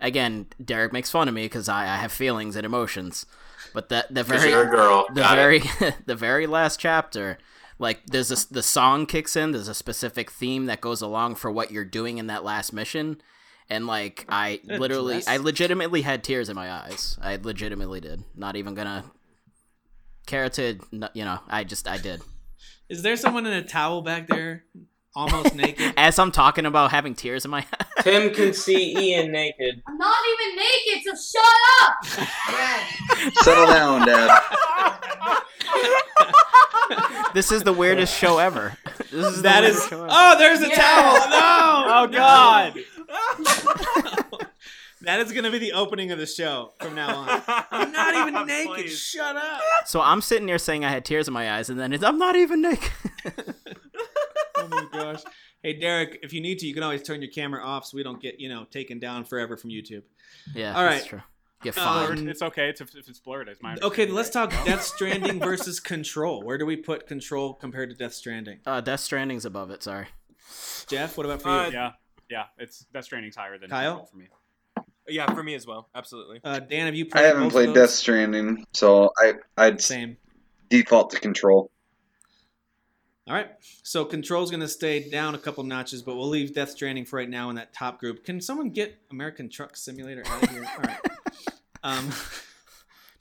again, Derek makes fun of me because I, I have feelings and emotions, but that the Because very you're a girl. the Got it. very the very last chapter like there's this the song kicks in there's a specific theme that goes along for what you're doing in that last mission and like i That's literally nice. i legitimately had tears in my eyes i legitimately did not even gonna carotid n- you know i just i did Is there someone in a towel back there? almost naked. As I'm talking about having tears in my Tim can see Ian naked. I'm not even naked, so shut up. Settle down, Dad. This is the weirdest show ever. This is the That weirdest is. show ever. Oh, there's a Yeah. towel. No. Oh, God. Oh, That is going to be the opening of the show from now on. I'm not even naked. Please. Shut up. So I'm sitting here saying I had tears in my eyes, and then it's, I'm not even naked. Oh my gosh. Hey Derek, if you need to, you can always turn your camera off so we don't get you know taken down forever from YouTube. Yeah, All that's right. true. Get Um, fined. it's okay. It's, if it's blurred. It's mine. Okay, let's talk Death Stranding versus Control. Where do we put Control compared to Death Stranding? Uh, Death Stranding's above it. Sorry. Jeff, what about for Uh, you? Yeah, yeah. It's Death Stranding's higher than Kyle? Control for me. Yeah, for me as well. Absolutely. Uh, Dan, have you played? I haven't both played of those? Death Stranding, so I I'd s- Same. default to Control. All right. So Control's going to stay down a couple notches, but we'll leave Death Stranding for right now in that top group. Can someone get American Truck Simulator out of here? All right. Um,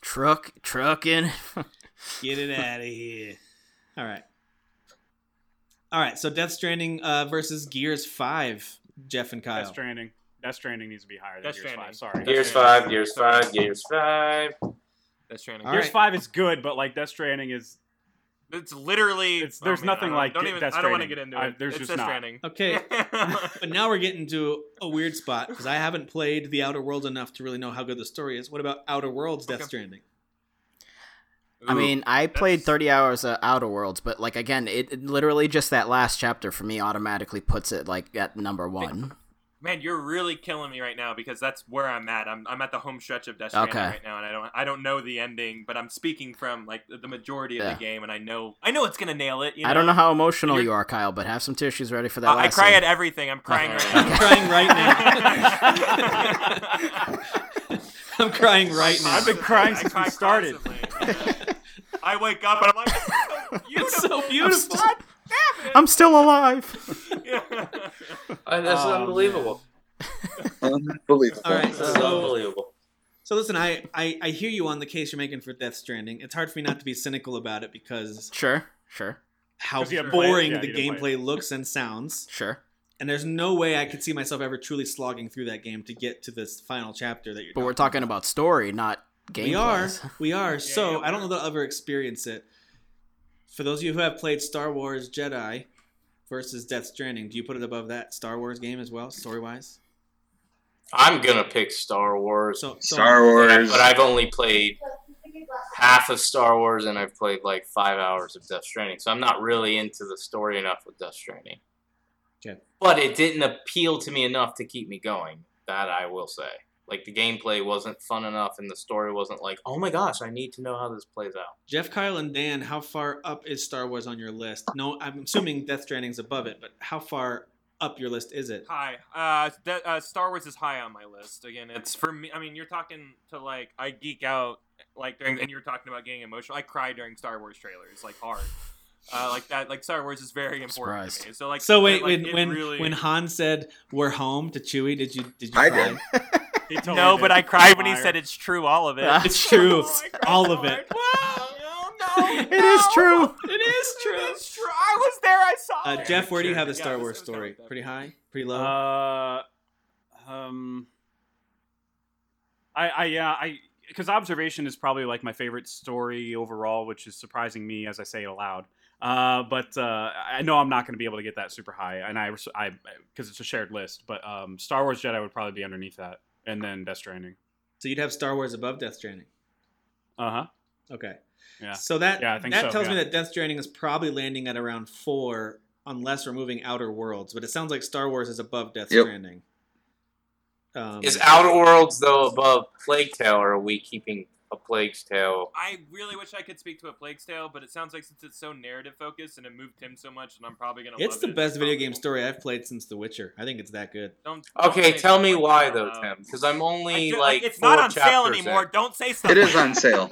Truck, trucking. Get it out of here. All right. All right. So Death Stranding uh, versus Gears 5, Jeff and Kyle. Death Stranding. Death Stranding needs to be higher than Death Gears Five. Stranding. Sorry. Gears Years five, years five, years five. That's training. All Gears right. Five is good, but like Death Stranding is It's literally. oh, It's- there's man, I nothing don't- like Don't Ge- even. Death I don't want to get Stranding. into it. I- there's it's just Death not. Stranding. Okay. But now we're getting to a weird spot because I haven't played The Outer Worlds enough to really know how good the story is. What about Outer Worlds Death Okay. Stranding? I mean, I played that's- 30 hours of Outer Worlds, but like again, it, it literally just that last chapter for me automatically puts it like at number one. man, you're really killing me right now because that's where I'm at. I'm, I'm at the home stretch of Death Stranding Okay. right now, and I don't I don't know the ending, but I'm speaking from like the majority of Yeah. the game, and I know I know it's gonna nail it. You know? I don't know how emotional You're- Oh, you are, Kyle, but have some tissues ready for that. I, I last cry scene. at everything. I'm crying right I'm now. crying right now. I'm crying right now. I've been crying I since cry we started. constantly. Yeah. I wake up and I'm like, it's so beautiful. I'm still alive. Uh, That's Oh, unbelievable. Unbelievable. All right. This is So- unbelievable. So listen, I, I I hear you on the case you're making for Death Stranding. It's hard for me not to be cynical about it because Sure, sure, how 'Cause you haven't played it. boring Yeah, the you didn't gameplay looks and sounds. sure. And there's no way I could see myself ever truly slogging through that game to get to this final chapter that you're. But we're talking about story, not game. We are, we are. so yeah, I don't know we're- that I'll ever experience it. For those of you who have played Star Wars Jedi versus Death Stranding, do you put it above that Star Wars game as well, story wise? I'm gonna pick Star Wars, So, so Star Wars. but I've only played half of Star Wars, and I've played like five hours of Death Stranding, so I'm not really into the story enough with Death Stranding. Okay. But it didn't appeal to me enough to keep me going. That I will say. Like the gameplay wasn't fun enough, and the story wasn't like, oh my gosh, I need to know how this plays out. Jeff, Kyle, and Dan, how far up is Star Wars on your list? No, I'm assuming Death Stranding's above it, but how far up your list is it? Hi. Uh, that, uh, Star Wars is high on my list. Again, it's for me. I mean, you're talking to like I geek out like during, and you're talking about getting emotional. I cry during Star Wars trailers, like hard, uh, like that. Like Star Wars is very important Surprised. to me. So like, so wait, like, when it when really- when Han said we're home to Chewie, did you did you I cry? did. He totally no, but did. I cried when he Liar. said it's true, all of it. Ah. Oh, I cried so hard. Wow, It's true, all of it. no, no, It is no. true. It is It is true. I was there. I saw Uh, it. Jeff, where do you have the Yeah, Star this- Wars this was kinda story? like that. Pretty high, pretty low. Uh, um, I, I, yeah, I, because observation is probably like my favorite story overall, which is surprising me as I say it aloud. Uh, but uh, I know I'm not going to be able to get that super high, and I, res- I, because it's a shared list. But um, Star Wars Jedi would probably be underneath that, and then Death Stranding. so you'd have Star Wars above Death Stranding. Uh huh. Okay. Yeah. So that Yeah, I think that so, tells me yeah. that Death Stranding is probably landing at around four, unless we're moving Outer Worlds. But it sounds like Star Wars is above Death Yep. Stranding. Um, Is Outer Worlds though above Plague Tale, or are we keeping a Plague's Tale? I really wish I could speak to a Plague's Tale, but it sounds like since it's so narrative focused and it moved him so much, and I'm probably gonna. It's love the it, best video game probably. story I've played since The Witcher. I think it's that good. Don't, don't Okay, say tell me something why out though, loud. Tim, because I'm Um, I only ju- like it's four not on sale chapters anymore. in. Don't say something. It is on sale.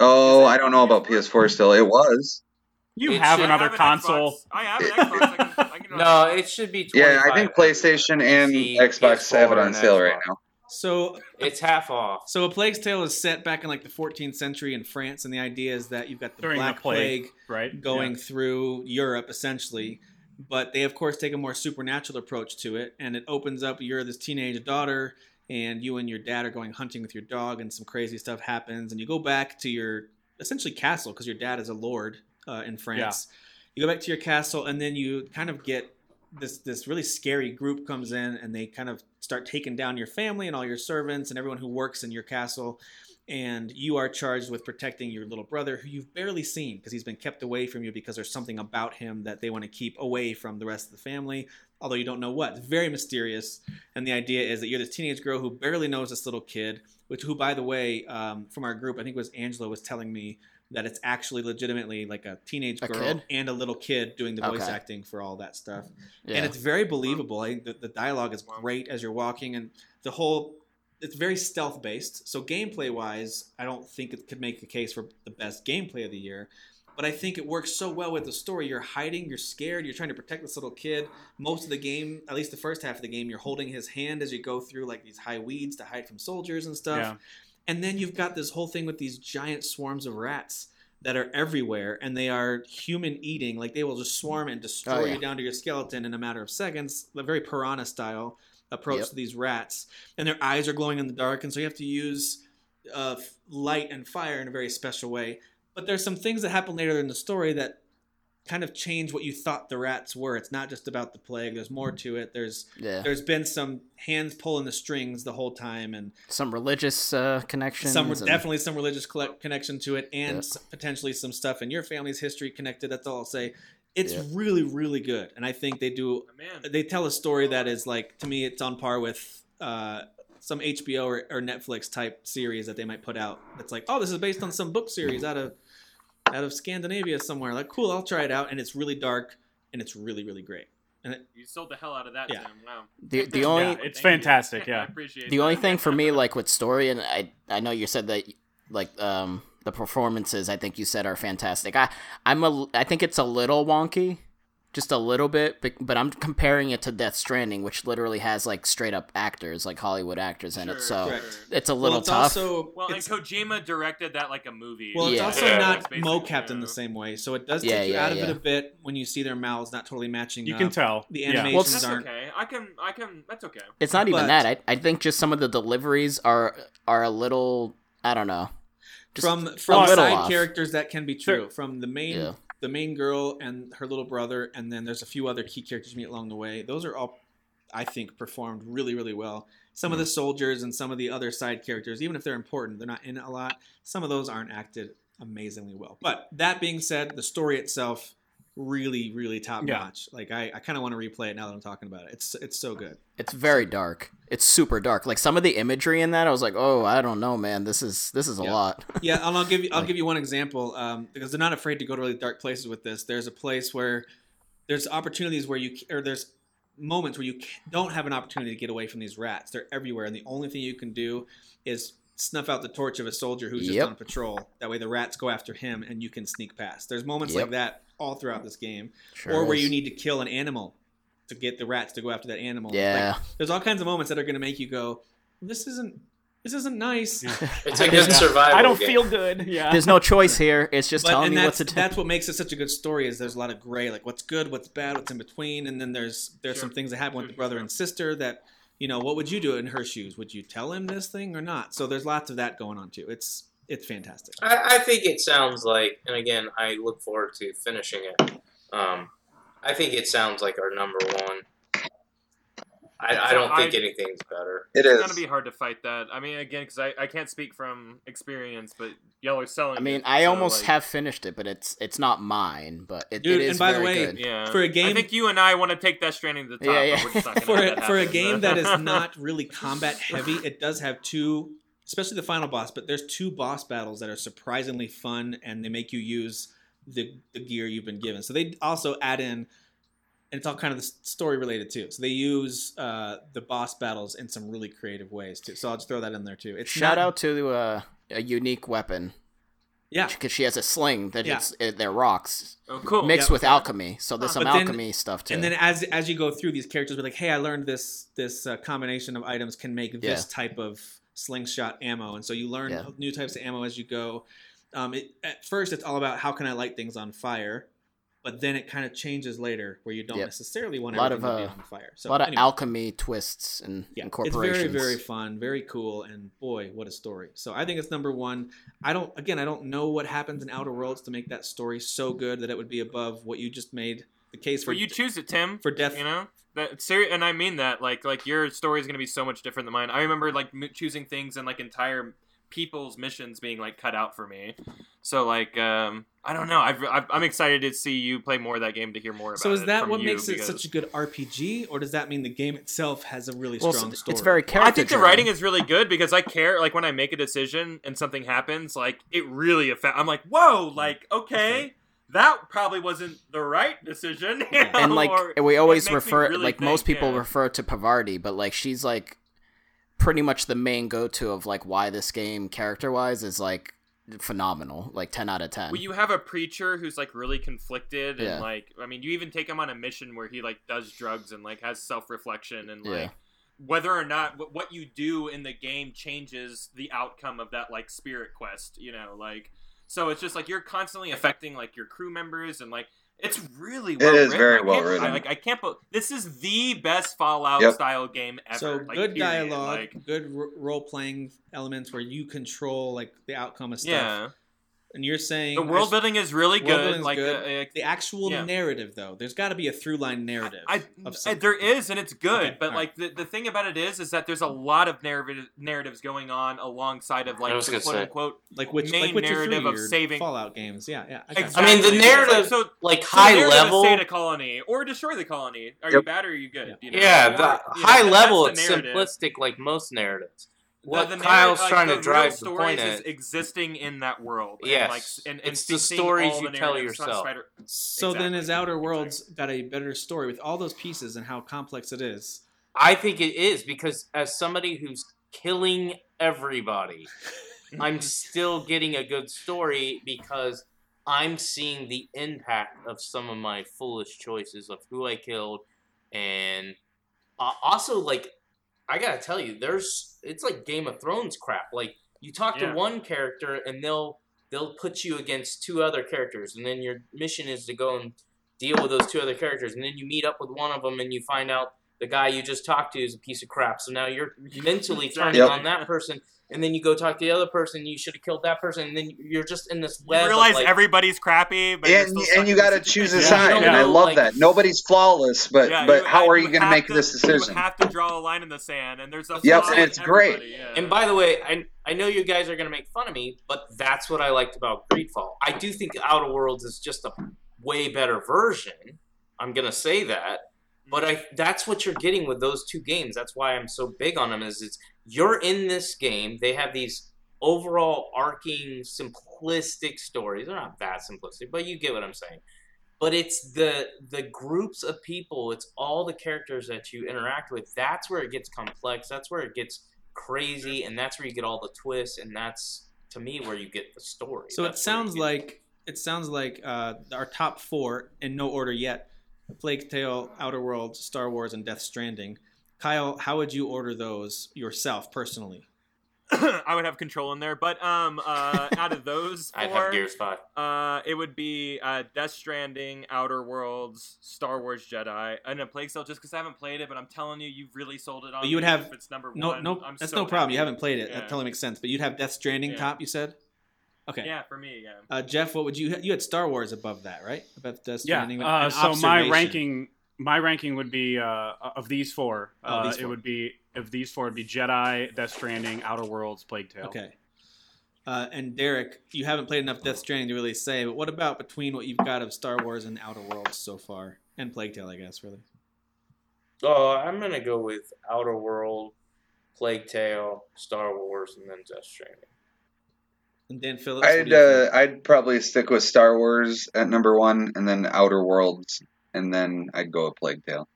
Oh, I don't know about PS4 still. It was. You It have should- another I have an console. Xbox. I have an Xbox. I can, I can No, it should be. Yeah, I think 25. PlayStation and PC, Xbox have it PS4, on and sale right Xbox. now. So it's half off. So a Plague's Tale is set back in like the 14th century in France, and the idea is that you've got the During the Black plague, Plague, right? going Yeah. through Europe essentially. But they of course take a more supernatural approach to it, and it opens up. You're this teenage daughter, and you and your dad are going hunting with your dog, and some crazy stuff happens, and you go back to your essentially castle because your dad is a lord uh, in France. You go back to your castle, and then you kind of get this this really scary group comes in and they kind of start taking down your family and all your servants and everyone who works in your castle and you are charged with protecting your little brother who you've barely seen because he's been kept away from you because there's something about him that they want to keep away from the rest of the family although you don't know what it's very mysterious and the idea is that you're this teenage girl who barely knows this little kid which who by the way um, from our group i think it was angela was telling me that it's actually legitimately like a teenage A girl kid? and a little kid doing the voice Okay. acting for all that stuff Yeah. and it's very believable. I think the, the dialogue is great as you're walking, and the whole it's very stealth based. So gameplay wise, I don't think it could make the case for the best gameplay of the year. But I think it works so well with the story. You're hiding, you're scared, you're trying to protect this little kid. Most of the game, at least the first half of the game, you're holding his hand as you go through like these high weeds to hide from soldiers and stuff. Yeah. And then you've got this whole thing with these giant swarms of rats that are everywhere and they are human eating. Like they will just swarm and destroy Oh, yeah. you down to your skeleton in a matter of seconds, a very piranha style approach Yep. to these rats. And their eyes are glowing in the dark. And so you have to use uh, f- light and fire in a very special way. But there's some things that happen later in the story that kind of change what you thought the rats were. It's not just about the plague. There's more to it. There's Yeah. there's been some hands pulling the strings the whole time, and Some religious uh, connections. some and- definitely some religious collect- connection to it, and Yeah. s- potentially some stuff in your family's history connected. That's all I'll say. It's Yeah. really really good, and I think they do. They tell a story that is like to me, it's on par with. Uh, some HBO or, or Netflix type series that they might put out. That's like, oh, this is based on some book series out of out of Scandinavia somewhere. Like, cool, I'll try it out. And it's really dark and it's really really great. And it, You sold the hell out of that, Yeah. Tim. Wow. The- the only- Yeah, it's Thank you. fantastic, yeah. I appreciate the that. only thing for me like with story and i i know you said that like um the performances i think you said are fantastic i i'm a i think it's a little wonky just a little bit but, but i'm comparing it to death stranding which literally has like straight up actors like hollywood actors in it so Correct. it's a Well, little it's tough also- Well, and Kojima directed that like a movie. well, it's Yeah. also Yeah. not mocapped in the same way, so it does take Yeah, you yeah, out of it yeah. a bit when you see their mouths not totally matching. You can up. tell. the Yeah. Well, animations That's aren't. okay. I can. I can. That's okay. it's not even but- that I, I think just some of the deliveries are are a little i don't know just from a from little side off. characters that can be true. Sure. From the main Yeah. the main girl and her little brother, and then there's a few other key characters you meet along the way. Those are all, I think, performed really really well. Some of the soldiers and some of the other side characters, even if they're important, they're not in it a lot. Some of those aren't acted amazingly well. But that being said, the story itself really really top notch. Like I, I kind of want to replay it now that I'm talking about it. It's it's so good. It's very dark. It's super dark. Like some of the imagery in that, I was like, "Oh, I don't know, man. This is this is a lot." yeah, and I'll give you I'll give you one example um, because they're not afraid to go to really dark places with this. There's a place where there's opportunities where you c- or there's moments where you c- don't have an opportunity to get away from these rats. They're everywhere, and the only thing you can do is snuff out the torch of a soldier who's just Yep. on patrol. That way, the rats go after him, and you can sneak past. There's moments Yep. like that all throughout this game, Sure or where is. you need to kill an animal to get the rats to go after that animal. Like, Yeah. there's all kinds of moments that are going to make you go, "This isn't." This isn't nice. It's a good survival. I don't game. feel good. Yeah. There's no choice here. It's just But- telling and me what that's, to do. that's what makes it such a good story is there's a lot of gray like what's good what's bad what's in between and then there's there's some things that happen Mm-hmm. with the brother and sister that you know what would you do in her shoes would you tell him this thing or not so there's lots of that going on too it's it's fantastic Uh, I, I think it sounds like, and again, I look forward to finishing it. Um, I think it sounds like our number one. I, I don't think I- anything's better. It it's is. gonna be hard to fight that. I mean, again, because I, I can't speak from experience, but y'all are selling. I mean, it, I so, almost like- have finished it, but it's it's not mine. But it, Dude, it is and by the way, very good. Yeah. For a game- I think you and I want to take that stranding to the top. Yeah, yeah. But we're just not gonna for let a, that for a happen. game that is not really combat heavy it does have two especially the final boss but there's two boss battles that are surprisingly fun and they make you use the, the gear you've been given so they also add in and it's all kind of the story related too. So they use uh, the boss battles in some really creative ways too. So I'll just throw that in there too. It's Shout not- out to uh, a unique weapon. Yeah, because she has a sling that Yeah. it's it, they're rocks. Oh, cool. Mixed Yeah. with alchemy, so there's Huh. some But then- alchemy stuff too. And then as as you go through, these characters be like, "Hey, I learned this this uh, combination of items can make this Yeah. type of slingshot ammo," and so you learn Yeah. new types of ammo as you go. Um, it, at first, it's all about how can I light things on fire, but then it kind of changes later where you don't Yep. necessarily want a lot of everything to uh, be on fire. a lot of anyway, alchemy twists and yeah, it's incorporations. very very fun, very cool, and boy, what a story! So I think it's number one. I don't again, I don't know what happens in Outer Worlds to make that story so good that it would be above what you just made the case for. Well, you choose it, Tim. for death. You know that serious, and I mean that. Like, like your story is going to be so much different than mine. I remember like m- choosing things and like entire people's missions being like cut out for me. So like, um, I don't know. I've, I've, I'm excited to see you play more of that game to hear more about. So is it that from what you makes it because- such a good RPG, or does that mean the game itself has a really Well, strong it's- story? it's very Well, I think the character-driven. writing is really good because I care. Like when I make a decision and something happens, like it really affects. I'm like, whoa, like okay, that probably wasn't the right decision. you and know, like or we always it makes me refer really like most think, people yeah. refer to Pavarti, but like she's like pretty much the main go-to of like why this game character wise is like phenomenal like 10 out of 10 Well, you have a preacher who's like really conflicted, and Yeah. like, I mean, you even take him on a mission where he like does drugs and like has self reflection, and like, Yeah. whether or not wh- what you do in the game changes the outcome of that like spirit quest, you know, like, so it's just like you're constantly affecting like your crew members, and like, it's really It well is written. very I well can't- I- written. like, I can't, bel this is the best Fallout Yep. style game ever. so like, good period. dialogue, Like, good r- role playing elements where you control like the outcome of stuff. yeah, And you're saying the world building is really World good. building's Like, good. The, uh, the actual yeah. narrative though. There's got to be a through line narrative. I, of I- some- there is, and it's good. Okay, but all like the, the thing about it is, is that there's a lot of narrative narratives going on alongside of like I was the gonna quote say. unquote. like which main like Witcher narrative 3, of your saving- Fallout games. Yeah, yeah. I got Exactly. I mean, the It's like, narrative- so, like so the high narrative is level- save a colony or destroy the colony. Are you Yep. bad or are you good? You know, yeah, you the are- you know, high that- that's level the it's narrative. simplistic like most narratives. The- What the narrative- Kyle's like, trying the to real drive the stories point is is, existing in that world. and, like, Yes. and, and It's the seeing all stories the you tell narratives, not yourself. spider- so then, exactly. is Outer Worlds got a better story with all those pieces and how complex it is? I think it is because as somebody who's killing everybody, I'm still getting a good story because I'm seeing the impact of some of my foolish choices of who I killed, and uh, also like I gotta tell you, there's it's like Game of Thrones crap. Like you talk Yeah. to one character and they'll they'll put you against two other characters, and then your mission is to go and deal with those two other characters, and then you meet up with one of them and you find out the guy you just talked to is a piece of crap. So now you're mentally turning Yep. on that person, and then you go talk to the other person. You should have killed that person, and then you're just in this You web. realize of like, everybody's crappy, but and, and you got to choose a this. side, Yeah. and I No, love like- that. Nobody's flawless, but Yeah, but you- how I- are you you going to have make to- this decision? You have to draw a line in the sand, and there's a Yep, flaw and in it's great. everybody, Yeah. And by the way, I I know you guys are gonna make fun of me, but that's what I liked about Greedfall. I do think Outer Worlds is just a way better version. I'm gonna say that, but I that's what you're getting with those two games. That's why I'm so big on them. Is it's you're in this game. They have these overall arcing simplistic stories. They're not that simplistic, but you get what I'm saying. But it's the the groups of people. It's all the characters that you interact with. That's where it gets complex. That's where it gets crazy, and that's where you get all the twists, and that's to me where you get the story. So it That's where you sounds get- like it sounds like uh, our top four in no order yet: Plague Tale, Outer Worlds, Star Wars, and Death Stranding. Kyle, how would you order those yourself personally? I would have control in there, but um, uh, out of those I'd have four, Gears Five. uh, it would be uh, Death Stranding, Outer Worlds, Star Wars Jedi, and a Plague Tale. Just because I haven't played it, but I'm telling you, you've really sold it on. But you would me have- if it's number No, one. no, I'm that's so no problem. You happy. haven't played it. Yeah. That totally makes sense. But you'd have Death Stranding Yeah. top. You said, okay. Yeah, for me, yeah. Uh, Jeff, what would you? You had Star Wars above that, right? Above Death Yeah. Stranding. Uh, An so my observation. ranking, my ranking would be uh, of these four. Oh, Uh, these It four. would be of these four. It'd be Jedi, Death Stranding, Outer Worlds, Plague Tale. Okay. Uh, and Derek, you haven't played enough Death Stranding to really say, but what about between what you've got of Star Wars and Outer Worlds so far, and Plague Tale, I guess, really? Oh, I'm gonna go with Outer World, Plague Tale, Star Wars, and then Death Stranding. And Dan Phillips, what I'd do you uh, think? I'd probably stick with Star Wars at number one, and then Outer Worlds, and then I'd go with Plague Tale.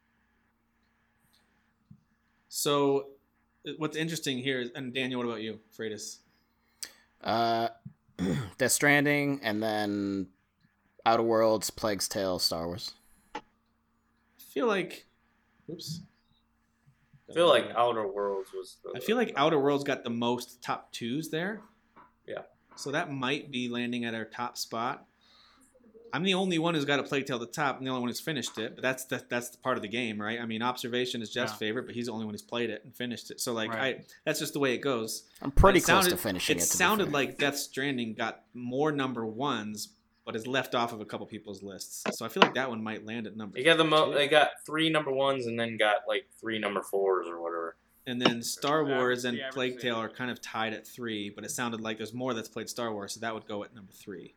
so uh, what's interesting here is, and Daniel, what about you, Freitas? uh Death Stranding, and then Outer Worlds, Plague's Tale, Star Wars. I feel like, oops. I feel like Outer Worlds was. The, I feel like Outer Worlds got the most top twos there. Yeah. So that might be landing at our top spot. I'm the only one who's got a play till the top. I'm the only one who's finished it, but that's the, that's the part of the game, right? I mean, observation is Jeff's Yeah. favorite, but he's the only one who's played it and finished it. So like, Right. I that's just the way it goes. I'm pretty It close to finishing It it, to be sounded fair. like Death Stranding got more number ones, but is left off of a couple people's lists. So I feel like that one might land at number. They got the mo- two. They got three number ones and then got like three number fours or whatever. and then Star Yeah, Wars and yeah, I would Plague Tale are kind of tied at three, but it sounded like there's more that's played Star Wars, so that would go at number three.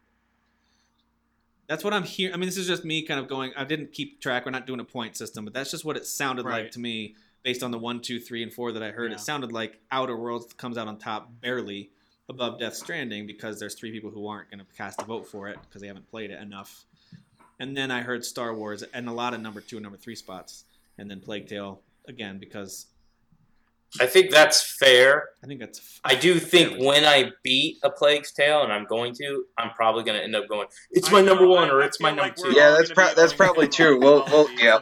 That's what I'm hearing. I mean, this is just me kind of going. I didn't keep track. We're not doing a point system, but that's just what it sounded like Right. to me based on the one, two, three, and four that I heard. Yeah. It sounded like Outer Worlds comes out on top barely above Death Stranding because there's three people who aren't going to cast a vote for it because they haven't played it enough. And then I heard Star Wars and a lot of number two and number three spots, and then Plague Tale again because I think that's fair. I think that's. f- I do think when I beat a Plague's Tale, and I'm going to, I'm probably going to end up going. It's my number one, or it's my number two. Yeah, that's pro- that's probably true. We'll we'll yeah.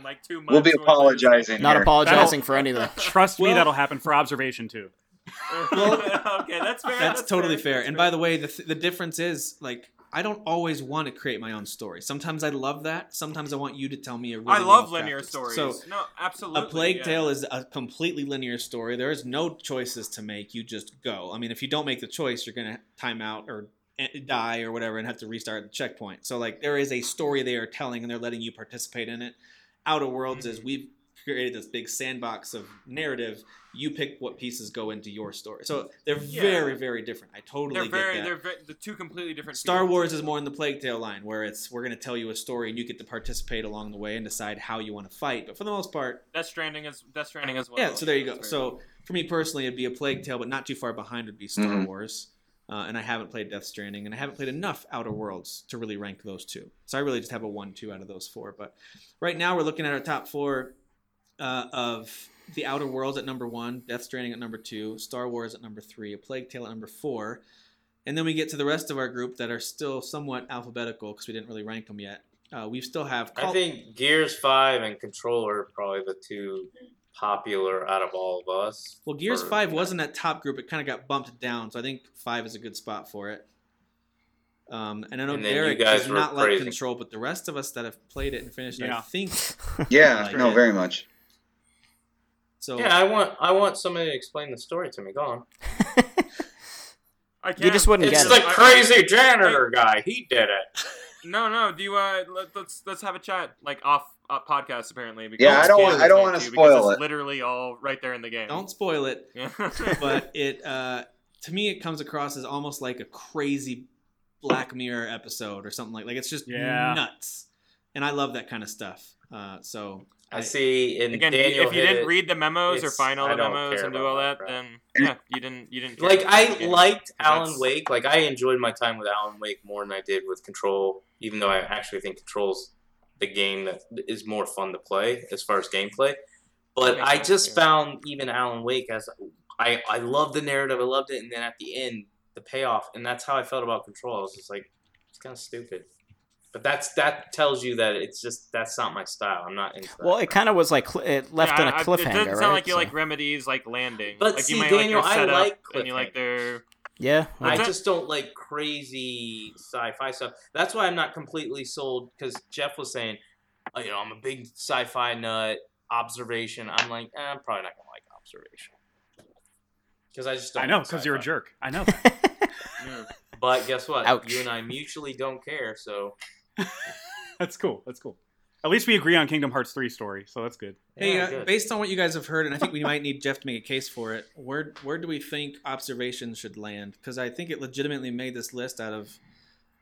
We'll be apologizing. Not here. apologizing for anything. Trust me, Well- that'll happen for observation too. okay, that's fair. that's, totally fair. And by the way, the, th- the difference is like I don't always want to create my own story. Sometimes I love that. Sometimes I want you to tell me a really I love well-crafted linear stories. So no, absolutely. a Plague yeah. Tale is a completely linear story. There is no choices to make. You just go. I mean, if you don't make the choice, you're gonna time out or eh, die or whatever and have to restart the checkpoint. So like there is a story they are telling and they're letting you participate in it. Outer Worlds Mm-hmm. is we've created this big sandbox of narrative. You pick what pieces go into your story. So they're Yeah. very, very different. I totally They're get very, that. they're very, the two completely different. Star fields. Wars is more in the Plague Tale line, where it's we're going to tell you a story and you get to participate along the way and decide how you want to fight. But for the most part, Death Stranding is Death Stranding as well. yeah. So there you go. That's fair. So for me personally, it'd be a Plague Tale, but not too far behind would be Star Mhm. Wars. Uh, and I haven't played Death Stranding, and I haven't played enough Outer Worlds to really rank those two. So I really just have a one-two out of those four. But right now, we're looking at our top four uh, of the Outer Worlds at number one, Death Stranding at number two, Star Wars at number three, A Plague Tale at number four, and then we get to the rest of our group that are still somewhat alphabetical because we didn't really rank them yet. Uh, we still have. I think Gears Five and Control are probably the two popular out of all of us. Well, Gears for- Five wasn't that top group; it kind of got bumped down. So I think Five is a good spot for it. Um, and I know And then you Derek guys does were not like praising- Control, but the rest of us that have played it and finished, it, I Yeah. think. Yeah, like no, it. very much. So Yeah, I want I want somebody to explain the story to me. Go on. I You just wouldn't it's get the it. crazy janitor guy. He did it. No, no. Do you uh, let, let's let's have a chat like off uh, podcast apparently. Because Yeah, I don't Gator's want- I don't made wanna too, because spoil it's it. Literally all right there in the game. Don't spoil it. Yeah. but it uh, to me it comes across as almost like a crazy Black Mirror episode or something like like it's just Yeah. nuts, and I love that kind of stuff. Uh, so I see. And Again, Daniel if you hit didn't it. read the memos or It's- find all I the don't memos care and do about all that, that crap. then yeah, you didn't you didn't care Like about the I game. liked Alan That's- Wake. Like I enjoyed my time with Alan Wake more than I did with Control, even though I actually think Control's the game that is more fun to play as far as gameplay. But Makes I sense, just yeah. found even Alan Wake as I I loved the narrative, I loved it, and then at the end the payoff, and that's how I felt about Control. I was just like, it's kind of stupid. But that's that tells you that it's just that's not my style. I'm not into that. Well, it kind of was like cl- it left Yeah, on a I- cliffhanger, It doesn't sound right? like you So- like remedies like landing. But like, see, you might Daniel, like I their setup like and you like their yeah. I well, just don't like crazy sci-fi stuff. That's why I'm not completely sold because Jeff was saying, oh, you know, I'm a big sci-fi nut. Observation. I'm like, eh, I'm probably not gonna like observation because I just don't. I know like because you're a sci-fi. Mm. jerk. I know. But guess what? Ouch. You and I mutually don't care. So that's cool. That's cool. At least we agree on Kingdom Hearts three story, so that's good. Hey, Yeah, uh, good. based on what you guys have heard, and I think we might need Jeff to make a case for it. Where where do we think observations should land? Because I think it legitimately made this list out of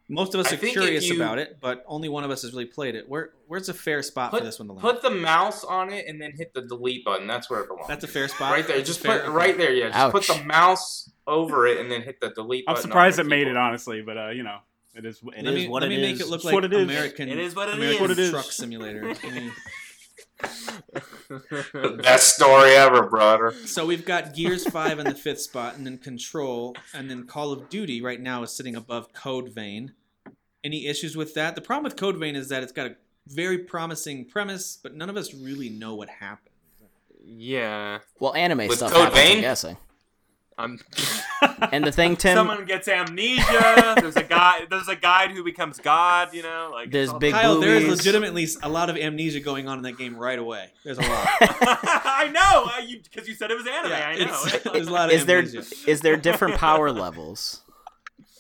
most of us I are think if curious you- about it, but only one of us has really played it. Where where's a fair spot put, for this one to land? put the mouse on it and then hit the delete button. That's where it belongs. That's a fair spot. right there. That's a Just fair- put right there. Yeah. Just put Ouch. the mouse over it and then hit the delete. I'm button on surprised the it made keyboard. it, honestly, but uh, you know, it is. It is Let me, what let it me make is. it look It's like what it is. American, It is what it American is. truck simulator. I mean, Best story ever, brother. So we've got Gears 5 in the fifth spot, and then Control, and then Call of Duty right now is sitting above Code Vein. Any issues with that? The problem with Code Vein is that it's got a very promising premise, but none of us really know what happened. Yeah. um, Well, anime With stuff. Code happens, I'm Vein? guessing. I'm and the thing, Tim. Someone gets amnesia. There's a guy. There's a guide who becomes God. You know, like it's There's all- big Kyle, there is boobies. legitimately a lot of amnesia going on in that game right away. There's a lot. I know. I, you because you said it was anime. I know. it's- there's a lot of is there amnesia. is there different power levels?